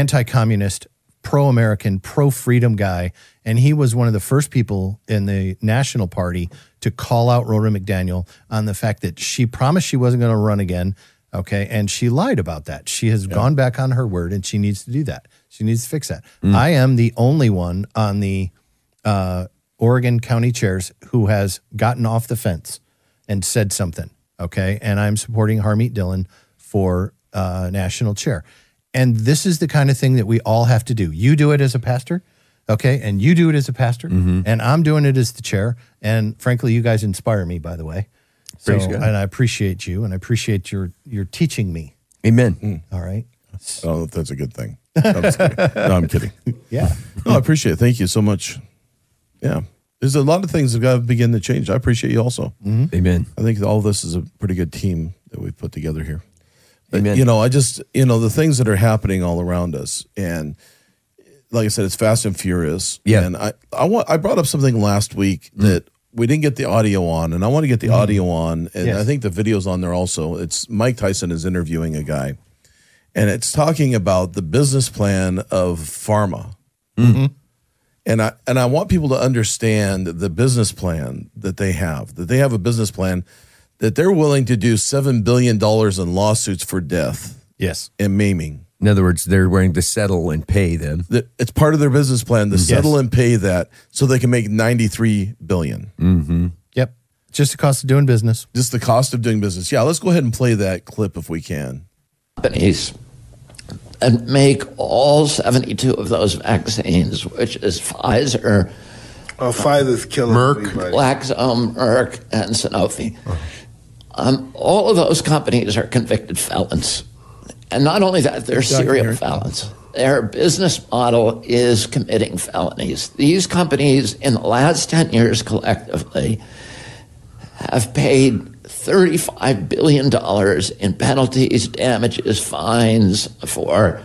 C: anti-communist, pro-American, pro-freedom guy, and he was one of the first people in the National Party to call out Rhoda McDaniel on the fact that she promised she wasn't going to run again. Okay, and she lied about that. She has gone back on her word, and she needs to do that. She needs to fix that. I am the only one on the uh, Oregon County chairs who has gotten off the fence and said something. Okay. And I'm supporting Harmeet Dillon for uh, national chair. And this is the kind of thing that we all have to do. You do it as a pastor. Okay. And you do it as a pastor. And I'm doing it as the chair. And frankly, you guys inspire me, by the way. So,
D: Praise God.
C: and I appreciate you and I appreciate your, your teaching me.
D: Amen.
C: All right.
B: I don't know if Oh, that's a good thing. I'm just kidding. No, I'm kidding.
C: Yeah.
B: No, I appreciate it. Thank you so much. Yeah. There's a lot of things that got to begin to change. I appreciate you also.
D: Amen.
B: I think all this is a pretty good team that we've put together here. But,
D: Amen.
B: You know, I just, you know, the things that are happening all around us. And like I said, it's fast and furious.
D: Yeah.
B: And I, I, want, I brought up something last week that we didn't get the audio on, and I want to get the audio on. And
C: Yes.
B: I think the video's on there also. It's Mike Tyson is interviewing a guy, and it's talking about the business plan of pharma and I and I want people to understand the business plan that they have. That they have a business plan that they're willing to do seven billion dollars in lawsuits for death
C: Yes.
B: and maiming.
D: In other words, they're willing to settle and pay them.
B: That it's part of their business plan
C: Mm.
B: to settle and pay that so they can make ninety three billion.
C: Yep. Just the cost of doing business.
B: Just the cost of doing business. Yeah, let's go ahead and play that clip if we can.
F: companies and make all 72 of those vaccines, which is Pfizer,
G: Oh, Pfizer's killing
D: Merck.
G: everybody.
F: Glaxo, um, Merck, and Sanofi. Um, all of those companies are convicted felons. And not only that, they're
B: can hear
F: serial
B: it.
F: felons. Their business model is committing felonies. These companies, in the last 10 years collectively, have paid $35 billion in penalties, damages, fines for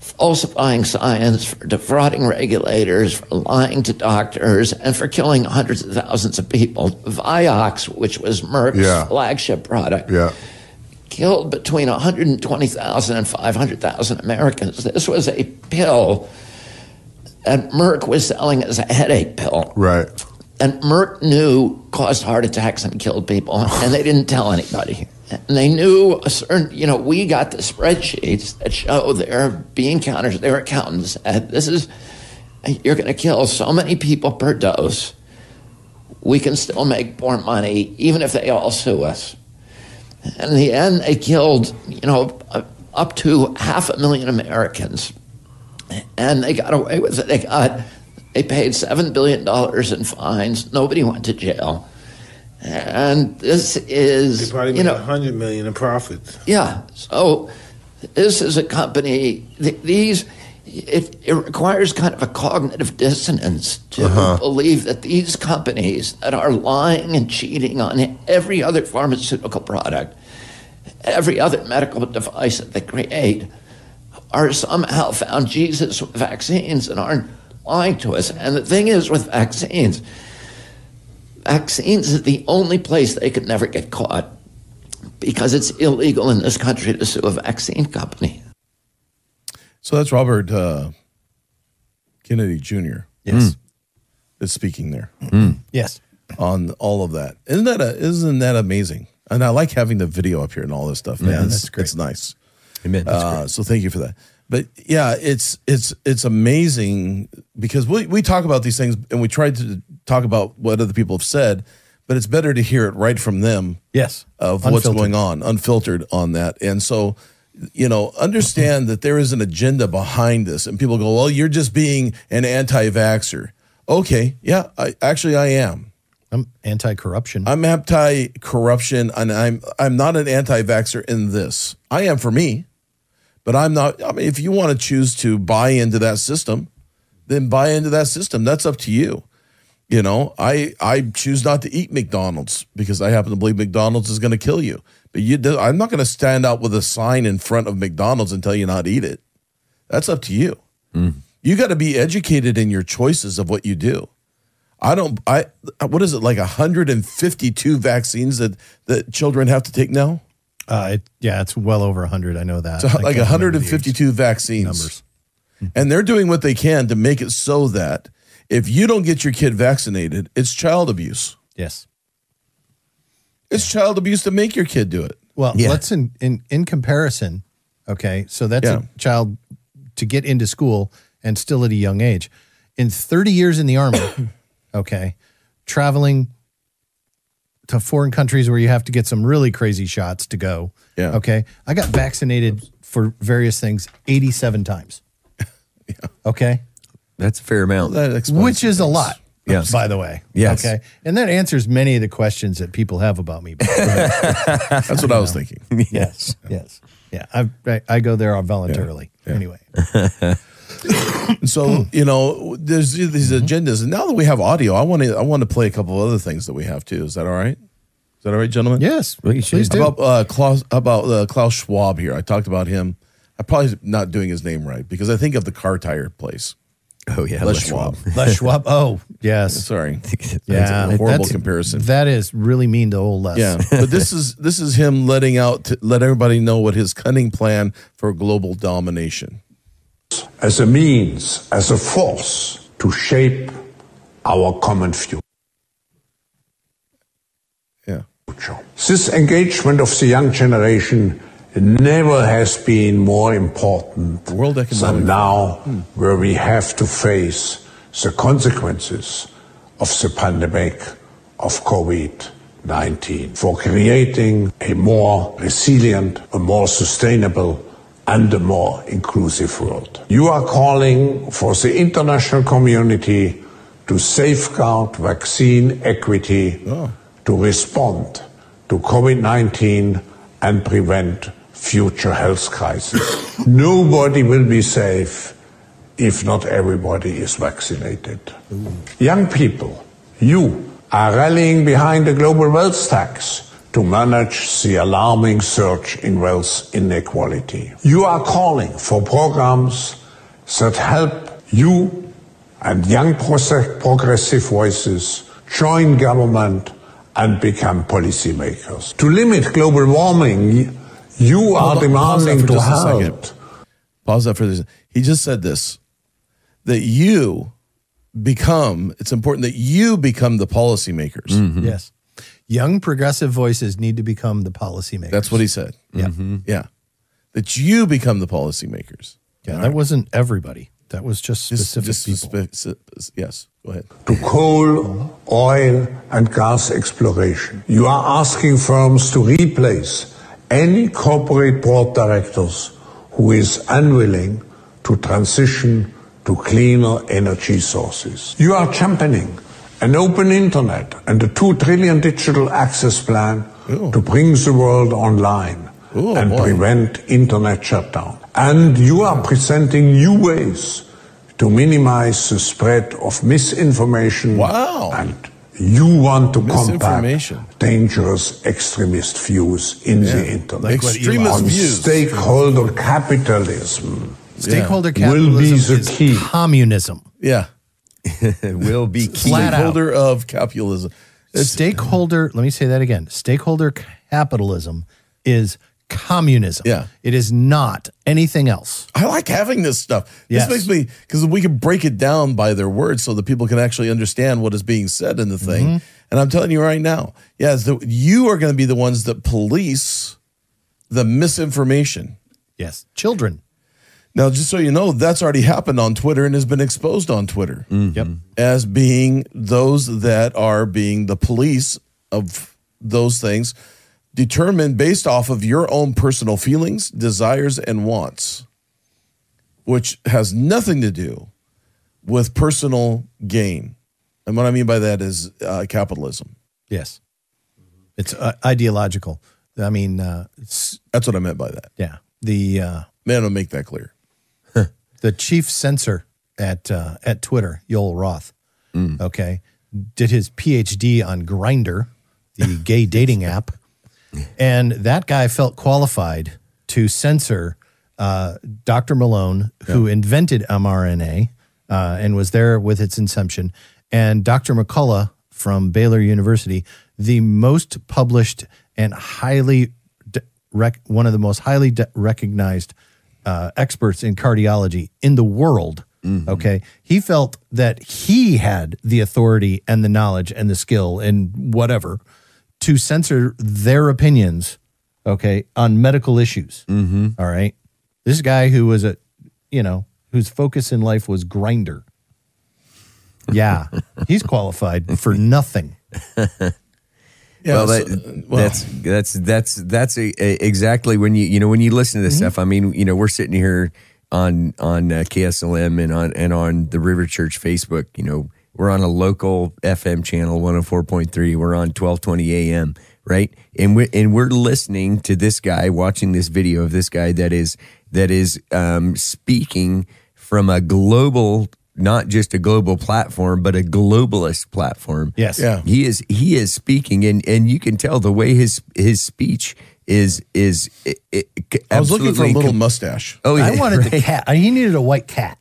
F: falsifying science, for defrauding regulators, for lying to doctors, and for killing hundreds of thousands of people. Vioxx, which was Merck's
H: Yeah.
F: flagship product,
H: Yeah.
F: killed between 120,000 and 500,000 Americans. This was a pill that Merck was selling as a headache pill.
H: Right.
F: And Merck knew caused heart attacks and killed people, and they didn't tell anybody. And they knew a certain, you know, we got the spreadsheets that show their bean counters, their accountants, and this is, you're going to kill so many people per dose. We can still make more money, even if they all sue us. And in the end, they killed, you know, up to half a million Americans and they got away with it. They got they paid seven billion dollars in fines. Nobody went to jail, and this
G: They
F: is
G: probably
F: you
G: made
F: know
G: a hundred million in profits.
F: yeah. So this is a company. Th- these it, it requires kind of a cognitive dissonance to believe that these companies that are lying and cheating on every other pharmaceutical product, every other medical device that they create, are somehow found Jesus with vaccines and aren't lying to us. And the thing is with vaccines, vaccines is the only place they could never get caught because it's illegal in this country to sue a vaccine company.
B: So that's Robert uh, Kennedy Jr.
C: Mm. Yes.
B: is speaking there
C: Yes.
B: on all of that. Isn't that a, isn't that amazing? And I like having the video up here and all this stuff. Man,
C: that's
B: It's-
C: great.
B: It's nice.
D: Amen. That's
B: Uh, so thank you for that. But yeah, it's it's it's amazing because we we talk about these things and we try to talk about what other people have said, but it's better to hear it right from them
C: Yes.
B: of what's going on, unfiltered on that. And so, you know, understand that there is an agenda behind this. And people go, well, you're just being an anti vaxxer. Okay. Yeah. I, actually, I am.
C: I'm anti-corruption.
B: I'm anti corruption and I'm, I'm not an anti vaxxer in this. I am for me, but I'm not. I mean, if you want to choose to buy into that system, then buy into that system. That's up to you. You know, I I choose not to eat McDonald's because I happen to believe McDonald's is going to kill you. But you, do, I'm not going to stand out with a sign in front of McDonald's and tell you not to eat it. That's up to you. You got to be educated in your choices of what you do. I don't. I what is it like 152 vaccines that that children have to take now?
C: Uh, it, yeah, it's well over 100. I know that.
B: So
C: I
B: like
C: can't remember the
B: 152 vaccines.
C: numbers.
B: And they're doing what they can to make it so that if you don't get your kid vaccinated, it's child abuse.
C: age. Yes.
B: It's child abuse to make your kid do it.
C: Well, let's in, in in comparison. Okay, so that's
B: Yeah.
C: a child to get into school and still at a young age. In 30 years in the army, okay, traveling to foreign countries where you have to get some really crazy shots to go.
B: Yeah.
C: Okay, I got vaccinated for various things 87 times. Okay,
D: That's a fair amount.
B: That explains
C: which
B: some
C: is a
B: things.
C: lot.
D: Yes.
C: By the way.
D: Yes.
C: Okay. And that answers many of the questions that people have about me.
B: That's what I was thinking.
C: Yes. Yes. Yeah. I, I I go there voluntarily. Anyway.
B: so you know, there's these
C: Mm-hmm.
B: agendas, and now that we have audio, I want to I want to play a couple other things that we have too. Is that all right? Is that all right, gentlemen?
C: Yes. Please do.
B: About uh, Klaus about uh, Klaus Schwab here. I talked about him. I'm probably not doing his name right because I think of the car tire place.
D: oh yeah,
B: Les
D: Les
B: Schwab.
C: Les Schwab. Oh, yes.
B: Sorry.
C: Yeah.
B: That's a horrible
C: that's-
B: comparison.
C: That is really mean to old Les.
B: Yeah, but this is this is him letting out to let everybody know what his cunning plan for global domination.
I: as a means, as a force to shape our common future.
B: Yeah.
I: This engagement of the young generation never has been more important
B: World Economic Hmm.
I: than now, where we have to face the consequences of the pandemic of COVID 19 for creating a more resilient, a more sustainable, and a more inclusive world. You are calling for the international community to safeguard vaccine equity to respond to COVID 19 and prevent future health crisis. Nobody will be safe if not everybody is vaccinated. Young people, you are rallying behind a global wealth tax to manage the alarming surge in wealth inequality. You are calling for programs that help you and young prose- progressive voices join government and become policymakers. To limit global warming, you are
B: Hold on, pause that
I: demanding
B: for
I: to
B: just a second.
I: help.
B: Pause that for this. He just said this that you become, it's important that you become the policymakers.
C: Yes. Young progressive voices need to become the policymakers.
B: That's what he said.
C: Yeah.
B: Yeah. That you become the policymakers.
C: Yeah. That wasn't everybody. That was just
B: Just,
C: specific
B: just
C: people.
B: spe- s- yes. Go ahead.
I: to coal, oil, and gas exploration. You are asking firms to replace any corporate board directors who is unwilling to transition to cleaner energy sources. You are championing an open internet and a two trillion digital access plan to bring the world online
B: Ooh,
I: and
B: boy.
I: prevent internet shutdown. And you are presenting new ways to minimize the spread of misinformation.
B: Wow.
I: And you want to
B: Misinformation.
I: combat dangerous extremist views in the internet.
B: Like what Extremist Elon
I: on
B: views.
I: stakeholder capitalism.
C: Stakeholder
I: Yeah. Will
C: capitalism
I: be the
C: is
I: key.
C: communism.
B: Yeah.
D: It will be key.
C: Flat out.
B: Holder of capitalism. It's-
C: stakeholder, let me say that again. Stakeholder capitalism is communism.
B: Yeah.
C: It is not anything else.
B: I like having this stuff.
C: Yes.
B: This makes me because we can break it down by their words so that people can actually understand what is being said in the
C: Mm-hmm.
B: thing. And I'm telling you right now, yes, the, you are going to be the ones that police the misinformation.
C: Yes. Children.
B: Now, just so you know, that's already happened on Twitter and has been exposed on Twitter
C: Yep.
B: as being those that are being the police of those things, determined based off of your own personal feelings, desires, and wants, which has nothing to do with personal gain. And what I mean by that is uh, capitalism.
C: Yes. It's uh, ideological. I mean, uh, it's,
B: That's what I meant by that.
C: yeah. The uh,
B: Man, I'll make that clear.
C: the chief censor at uh, at Twitter, Joel Roth. Okay, did his PhD on Grinder, the gay dating app, and that guy felt qualified to censor uh, Dr. Malone, who invented mRNA uh, and was there with its inception, and Dr. McCullough from Baylor University, the most published and highly d- rec- one of the most highly d- recognized uh, experts in cardiology in the world.
D: Mm-hmm.
C: Okay. He felt that he had the authority and the knowledge and the skill and whatever to censor their opinions, okay, on medical issues.
D: Mm-hmm.
C: All right. This guy who was a, you know, whose focus in life was grinder. Yeah. he's qualified for nothing.
B: Yeah,
D: well,
B: so- uh,
D: that,
B: well,
D: that's that's that's that's a, a- exactly when you you know when you listen to this
B: Mm-hmm.
D: stuff. I mean, you know, we're sitting here on on uh, KSLM and on and on the River Church Facebook. You know, we're on a local FM channel, one hundred four point three. We're on twelve twenty a.m. Right, and we and we're listening to this guy, watching this video of this guy that is that is um, speaking from a global, not just a global platform, but a globalist platform.
C: Yes.
B: Yeah.
D: He is he is speaking, and and you can tell the way his his speech is is. It, it,
B: I was looking for a
D: absolutely
B: little
D: com-
B: mustache.
D: oh, yeah,
C: I wanted
D: right.
C: the cat. He needed a white cat.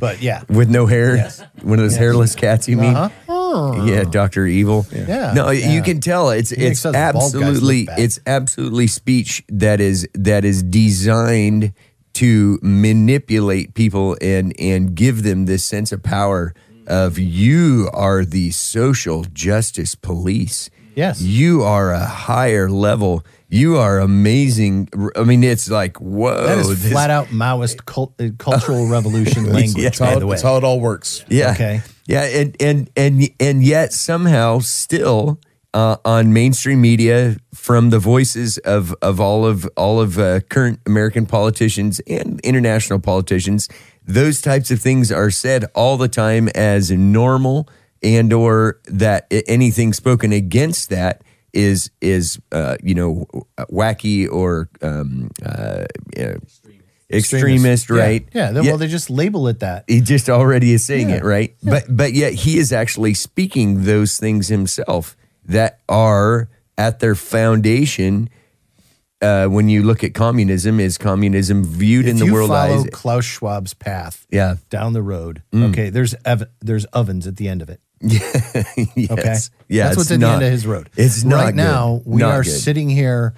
C: but yeah.
D: with no hair.
C: Yes. Uh-huh.
D: One of those hairless cats, you mean? Oh. Yeah, Doctor Evil.
C: Yeah,
D: No,
C: yeah.
D: you can tell it's
C: makes
D: it's
C: us bald guys look
D: absolutely
C: bad.
D: it's absolutely speech that is that is designed to manipulate people and and give them this sense of power of you are the social justice police.
C: Yes.
D: You are a higher level. You are amazing. I mean, it's like whoa.
C: That is
D: Oh, this-
C: flat out Maoist cult, uh, cultural revolution language,
B: It's
C: by
B: how,
C: the way.
B: it's how it all works.
D: Yeah.
C: Okay.
D: Yeah, and and and and yet somehow still uh, on mainstream media from the voices of of all of all of uh, current American politicians and international politicians, those types of things are said all the time as normal and or that i- anything spoken against that is is uh, you know wacky or um, uh, uh, extremist, right?
C: Yeah. yeah. Well, they just label it that.
D: he just already is saying it right but but yet he is actually speaking those things himself that are at their foundation uh, when you look at communism is communism viewed in
C: if
D: the
C: you
D: world
C: follow
D: eyes
C: Klaus Schwab's path
D: yeah Mm.
C: down the road, okay, there's ev- there's ovens at the end of it.
D: yes.
C: Okay.
D: yeah
C: That's
D: it's
C: what's at
D: not-
C: the end of his road.
D: it's not
C: right
D: good.
C: now we
D: Not
C: are
D: good.
C: sitting here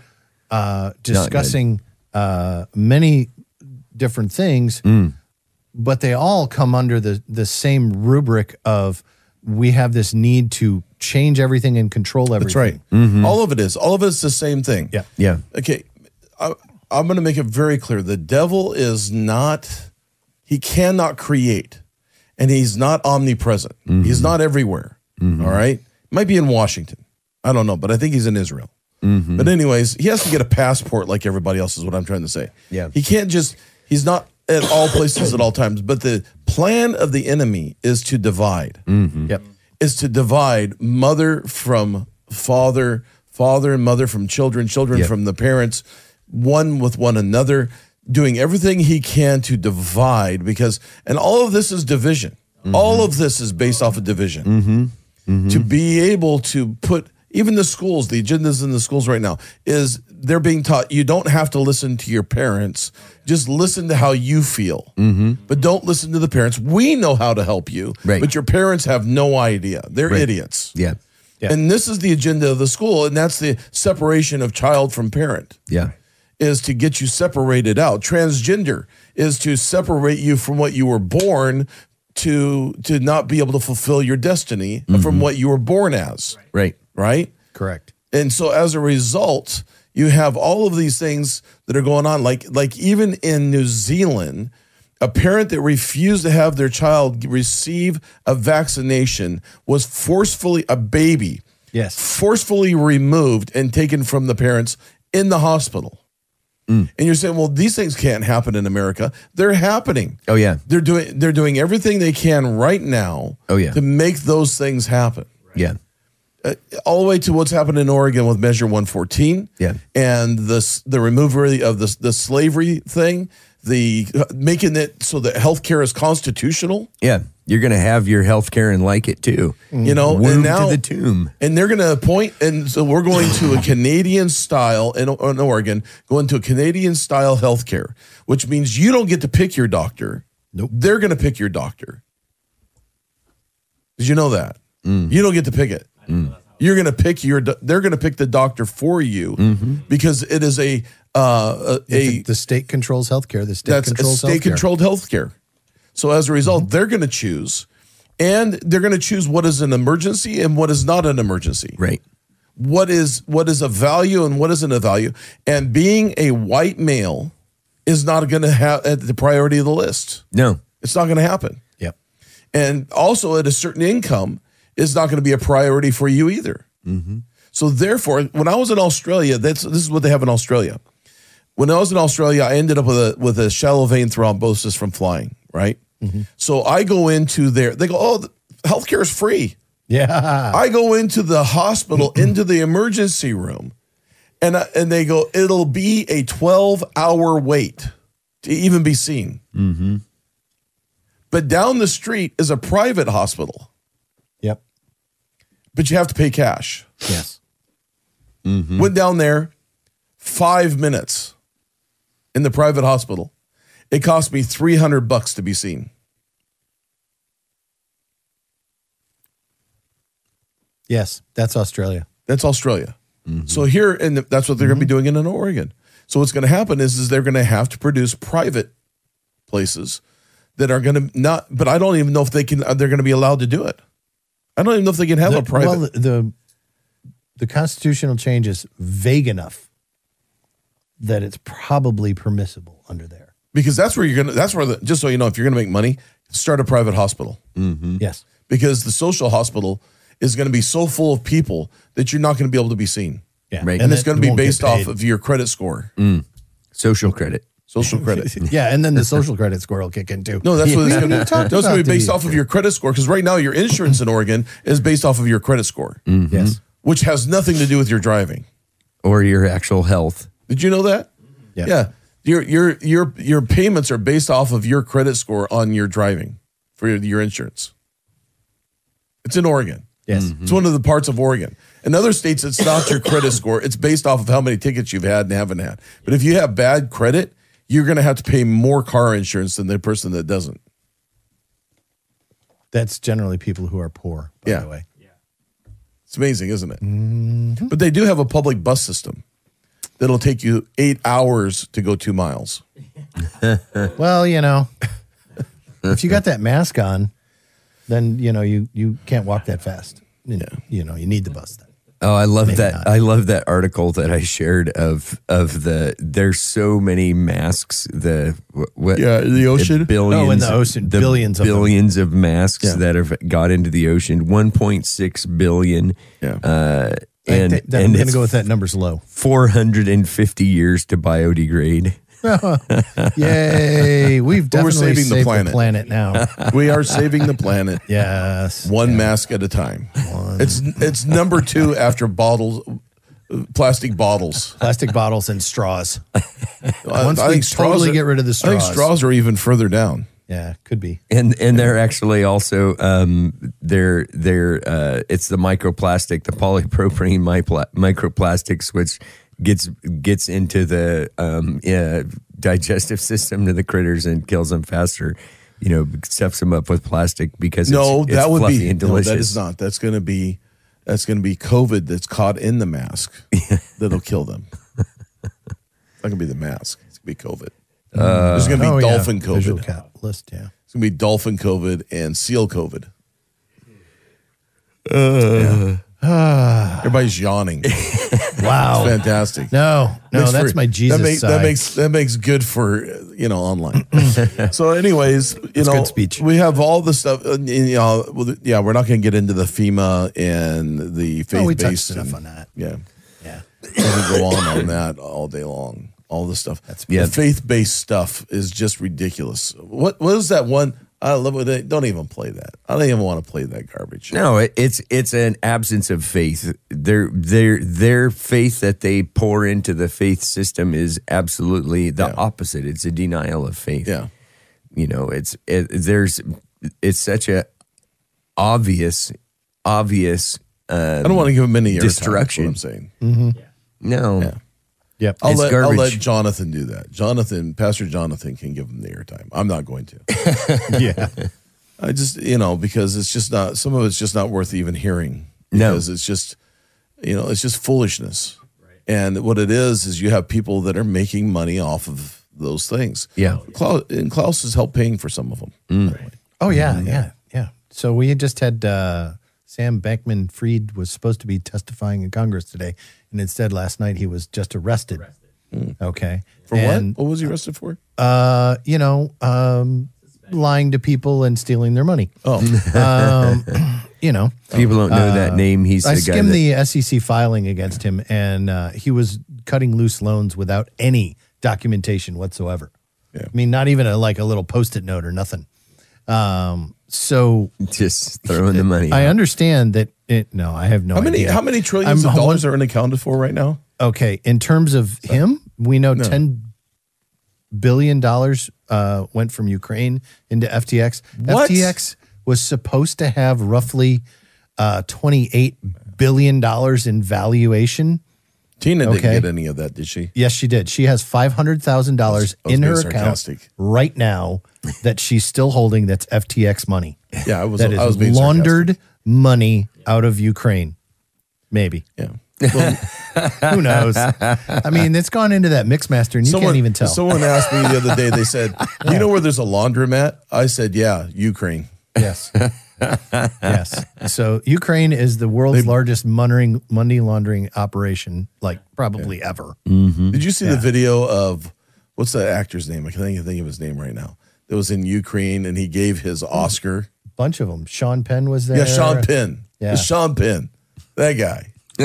C: uh, discussing uh, many different things,
D: Mm.
C: but they all come under the the same rubric of we have this need to change everything and control everything.
B: That's right. All of it is. All of it's the same thing.
C: Mm-hmm. Yeah.
D: yeah
B: Okay. I, I'm going to make it very clear. The devil is not, he cannot create and he's not omnipresent. He's not everywhere. All right. Might be in Washington. I don't know, but I think he's in Israel. But, anyways, he has to get a passport like everybody else, is what I'm trying to say.
D: Yeah.
B: He can't just, he's not at all places at all times. But the plan of the enemy is to divide
C: Yep.
B: is to divide mother from father, father and mother from children, children
D: Yep.
B: from the parents, one with one another, doing everything he can to divide because, and all of this is division. All of this is based off of division. To be able to put, even the schools, the agendas in the schools right now is they're being taught you don't have to listen to your parents. Just listen to how you feel, but don't listen to the parents. We know how to help you,
D: Right.
B: but your parents have no idea. They're idiots.
D: yeah
C: Yeah.
B: And this is the agenda of the school, and that's the separation of child from parent
D: yeah
B: is to get you separated out. Transgender is to separate you from what you were born to to not be able to fulfill your destiny uh, from what you were born as,
D: Mm-hmm. right
B: right?
C: Correct.
B: And so as a result, you have all of these things that are going on. Like like even in New Zealand, a parent that refused to have their child receive a vaccination was forcefully a baby
C: Yes.
B: forcefully removed and taken from the parents in the hospital.
D: Mm.
B: And you're saying, well, these things can't happen in America. They're happening.
D: oh yeah
B: They're doing they're doing everything they can right now
D: Oh, yeah.
B: to make those things happen
D: yeah
B: all the way to what's happened in Oregon with Measure 114.
D: Yeah.
B: And the, the removal of the, the slavery thing, the making it so that healthcare is constitutional,
D: yeah you're gonna have your health care and like it too
B: you know,
D: womb
B: and now,
D: to the tomb
B: and they're going to appoint, and so we're going to a Canadian style in, in Oregon, going to a Canadian style healthcare, which means you don't get to pick your doctor. Nope. They're going to pick your doctor. Did you know that? You don't get to pick it. You're going to pick your. do- They're going to pick the doctor for you because it is a uh, Mm-hmm. a, a
C: The, the state controls healthcare. The state
B: that's a
C: controls
B: state
C: healthcare.
B: controlled healthcare. Mm-hmm. So as a result, they're going to choose, and they're going to choose what is an emergency and what is not an emergency
D: right
B: what is what is a value and what isn't a value and being a white male is not going to have at the priority of the list
D: no
B: it's not going to happen
C: Yep.
B: and also at a certain income is not going to be a priority for you either so therefore when i was in australia that's this is what they have in australia when i was in australia i ended up with a with a shallow vein thrombosis from flying right so i go into their they go oh the healthcare is free
C: Yeah.
B: I go into the hospital, into the emergency room, and I, and they go, it'll be a 12 hour wait to even be seen. But down the street is a private hospital,
C: Yep.
B: but you have to pay cash.
C: Yes.
B: Went down there, five minutes in the private hospital. It cost me 300 bucks to be seen.
C: Yes. That's Australia.
B: That's Australia.
C: Mm-hmm.
B: So here, and that's what they're going to be doing in Oregon. So what's going to happen is, is they're going to have to produce private places that are going to not. But I don't even know if they can. Are they going to be allowed to do it? I don't even know if they can have a
C: The-
B: private.
C: Well, the, the the constitutional change is vague enough that it's probably permissible under there.
B: because that's where you're going to. That's where the. Just so you know, if you're going to make money, start a private hospital
C: Mm.
B: Hmm.
C: Yes.
B: because the social hospital is going to be so full of people that you're not going to be able to be seen,
C: Yeah.
D: Right.
B: and it's
C: that
B: going to be
C: won't get
B: based off
C: paid. Mm.
B: of your credit score,
D: social credit
B: social credit.
C: yeah, and then the social credit score will kick in too.
B: No, that's what it's
C: Yeah.
B: going to
C: We
B: be. That's
C: talked
B: going to
C: about
B: be based
C: the-
B: off of your credit score because right now your insurance in Oregon is based off of your credit score,
C: Yes.
B: which has nothing to do with your driving.
D: or your actual health.
B: Did you know that?
C: Yeah.
B: Yeah. Your your your your payments are based off of your credit score on your driving for your, your insurance. It's in Oregon.
C: Yes.
B: It's one of the parts of Oregon. In other states, it's not your credit score. It's based off of how many tickets you've had and haven't had. But if you have bad credit, you're going to have to pay more car insurance than the person that doesn't.
C: That's generally people who are poor, by
B: Yeah.
C: the way.
B: It's amazing, isn't it?
C: Mm-hmm.
B: But they do have a public bus system that'll take you eight hours to go two miles.
C: Well, you know, if you got that mask on, then you know you you can't walk that fast. You know, you, know, you need the bus then.
D: Oh, I love that!
C: not.
D: I love that article that I shared of of the. There's so many masks. The wh- what?
B: Yeah, in the ocean?
D: billions.
C: Oh, in the ocean, billions of them.
D: billions of masks
B: Yeah.
D: that have got into the ocean. 1.6 billion.
B: Yeah.
D: Uh,
C: And,
D: and
C: I am
D: and
C: going
D: it's
C: to go with that number's low.
D: 450 years to biodegrade.
C: Yay! We've
B: But we're
C: definitely
B: saving the
C: saved the, planet.
B: planet.
C: now.
B: We are saving the planet.
C: yes.
B: One mask at a time. It's it's number two after bottles, uh, plastic bottles.
C: Plastic bottles and straws.
B: I-
C: Once
B: I
C: we
B: think straws
C: totally
B: are-
C: get rid of the
B: I
C: straws.
B: think straws are even further down.
C: Yeah, could be.
D: and and they're actually also um they're they're uh it's the microplastic the polypropylene mipla- microplastics which gets gets into the um yeah, digestive system to the critters and kills them faster you know stuffs them up with plastic because
B: no,
D: it's, it's
B: that would
D: fluffy
B: be
D: and
B: no,
D: delicious
B: that is not. That's going to be that's going to be COVID that's caught in the mask that'll kill them. It's not going to be the mask. It's going to be COVID.
D: Uh,
B: There's going to be
C: Oh, yeah.
B: dolphin
C: Visual
B: COVID.
C: capitalist, yeah.
B: It's going to be dolphin COVID and seal COVID.
D: Uh.
B: Yeah. Everybody's yawning.
C: Wow.
B: Fantastic.
C: No, no,
B: Makes
C: that's
B: for-
C: my Jesus
B: that, make-
C: side.
B: that makes that makes good for you know online. so, anyways, you know,
C: good speech.
B: we have all the stuff. uh, and, you know, well, the- yeah, we're not going to get into the FEMA and the faith
C: Oh, we
B: based
C: touched enough on that.
B: Yeah,
C: Yeah.
B: we can go on on that all day long. All the stuff. That's
D: yeah.
B: The faith based stuff is just ridiculous. What what is that one? I love it. Don't even play that. I don't even want to play that garbage.
D: No, it, it's it's an absence of faith. Their their their faith that they pour into the faith system is absolutely the opposite. It's a denial of faith.
B: Yeah.
D: you know, it's it, there's it's such a obvious obvious. Uh,
B: I don't want to give him any airtime, is
D: Destruction.
B: What I'm saying.
D: no,
C: Yep.
B: I'll
D: It's
B: let, I'll let
D: garbage.
B: Jonathan do that. Jonathan, Pastor Jonathan can give him the airtime. I'm not going to.
C: yeah.
B: I just, you know, because it's just not, some of it's just not worth even hearing.
D: No.
B: Because it's just, you know, it's just foolishness. And what it is, is you have people that are making money off of those things.
D: Yeah.
B: Klaus, and Klaus has helped paying for some of them.
C: Oh yeah,
B: Mm-hmm.
C: yeah, yeah. So we had just had uh, Sam Bankman Fried was supposed to be testifying in Congress today, and instead last night he was just arrested. Mm. Okay.
B: For
C: And,
B: what? What was he arrested for?
C: Uh, you know, um, lying to people and stealing their money.
B: Oh,
C: Um, you know.
D: people don't know
B: Uh,
D: that name. He's
C: I
D: the guy
C: skimmed
D: that
C: the SEC filing against him, and uh, he was cutting loose loans without any documentation whatsoever.
B: Yeah.
C: I mean, not even a, like a little post-it note or nothing. Um, so
D: just throwing the money.
C: I
D: out.
C: understand that. It, no, I have no.
B: how many,
C: idea.
B: how many 1000000000000s
C: I'm-
B: of dollars Uh, are unaccounted for right now?
C: Okay, in terms of him, we know ten billion dollars uh, went from Ukraine into FTX.
B: What?
C: FTX was supposed to have roughly uh, twenty-eight billion dollars in valuation.
B: Tina didn't
C: Okay.
B: get any of that, did she?
C: Yes, she did. She has five hundred thousand dollars
B: I was
C: in
B: being
C: her
B: sarcastic.
C: account right now that she's still holding. That's FTX money.
B: Yeah, I was,
C: That is
B: I was being
C: laundered
B: sarcastic.
C: money out of Ukraine. Maybe.
B: Yeah. Well,
C: Who knows? I mean, it's gone into that mix master, and you can't even tell.
B: Someone asked me the other day, they said, You know where there's a laundromat? I said, Yeah, Ukraine.
C: yes. yes. So Ukraine is the world's largest money money laundering operation, like probably ever. Hmm?
B: Did you see the video of what's that actor's name? I can't even think of his name right now. That was in Ukraine and he gave his Oscar.
C: Bunch of them. Sean Penn was there.
B: Yeah, Sean Penn.
C: Yeah.
B: It's Sean Penn. That guy.
C: That-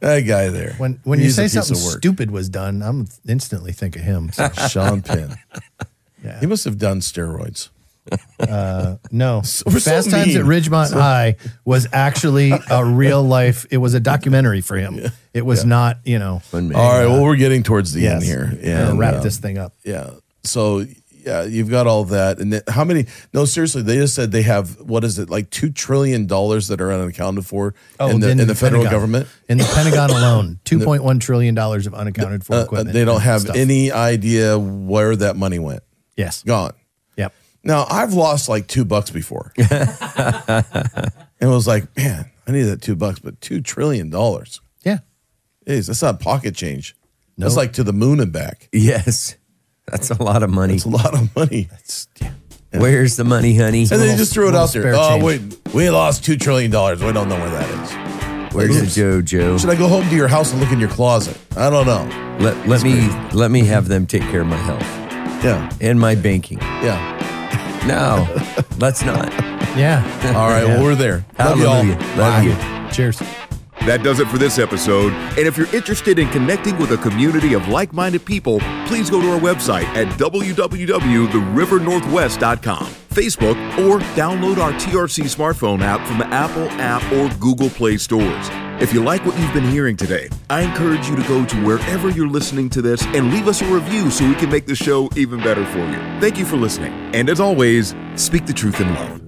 B: That guy there.
C: when when you
B: He's a piece
C: say
B: of
C: something
B: work.
C: stupid was done, I'm instantly think of him. So,
B: Sean Penn.
C: Yeah.
B: He must have done steroids.
C: No,
B: we're so
C: Fast Times
B: mean.
C: at Ridgemont High was actually a real life. It was a documentary for him. It was not, you know,
D: Fun man.
B: All right. Well, we're getting towards the
C: yes,
B: end here.
C: Yeah,
B: And,
C: wrap
B: uh,
C: this thing up.
B: Yeah. So yeah, you've got all that. And then how many? No, seriously, they just said they have what is it like two trillion dollars that are unaccounted for Oh, in the
C: Oh, then
B: in the federal
C: Pentagon.
B: government.
C: in the Pentagon alone, two point one trillion dollars of unaccounted for
B: Uh,
C: equipment.
B: they don't
C: and
B: have
C: stuff.
B: any idea where that money went.
C: Yes.
B: Gone.
C: Yep.
B: Now I've lost like two bucks before, and it was like, man, I need that two bucks, but two trillion dollars.
C: Yeah.
B: Jeez, that's not pocket change. That's
C: Nope.
B: like to the moon and back.
D: Yes. That's a lot of money.
B: It's a lot of money.
D: Where's the money, honey?
B: And they just threw it
C: little
B: out there.
C: spare
B: Oh,
C: change.
B: wait, we lost two trillion dollars. We don't know where that
D: Where's
B: Oops.
D: the
B: is.
D: JoJo?
B: Should I go home to your house and look in your closet? I don't know.
D: Let, let me let me have them take care of my health
B: Yeah,
D: and my banking.
B: yeah.
D: No, let's not.
C: Yeah.
B: All right, well we're there. Love y'all.
D: Hallelujah.
B: Bye.
D: Love you.
C: Cheers.
A: That does it for this episode. And if you're interested in connecting with a community of like minded people, please go to our website at www.therivernorthwest.com, Facebook, or download our TRC smartphone app from the Apple App or Google Play stores. If you like what you've been hearing today, I encourage you to go to wherever you're listening to this and leave us a review so we can make the show even better for you. Thank you for listening. And as always, speak the truth in love.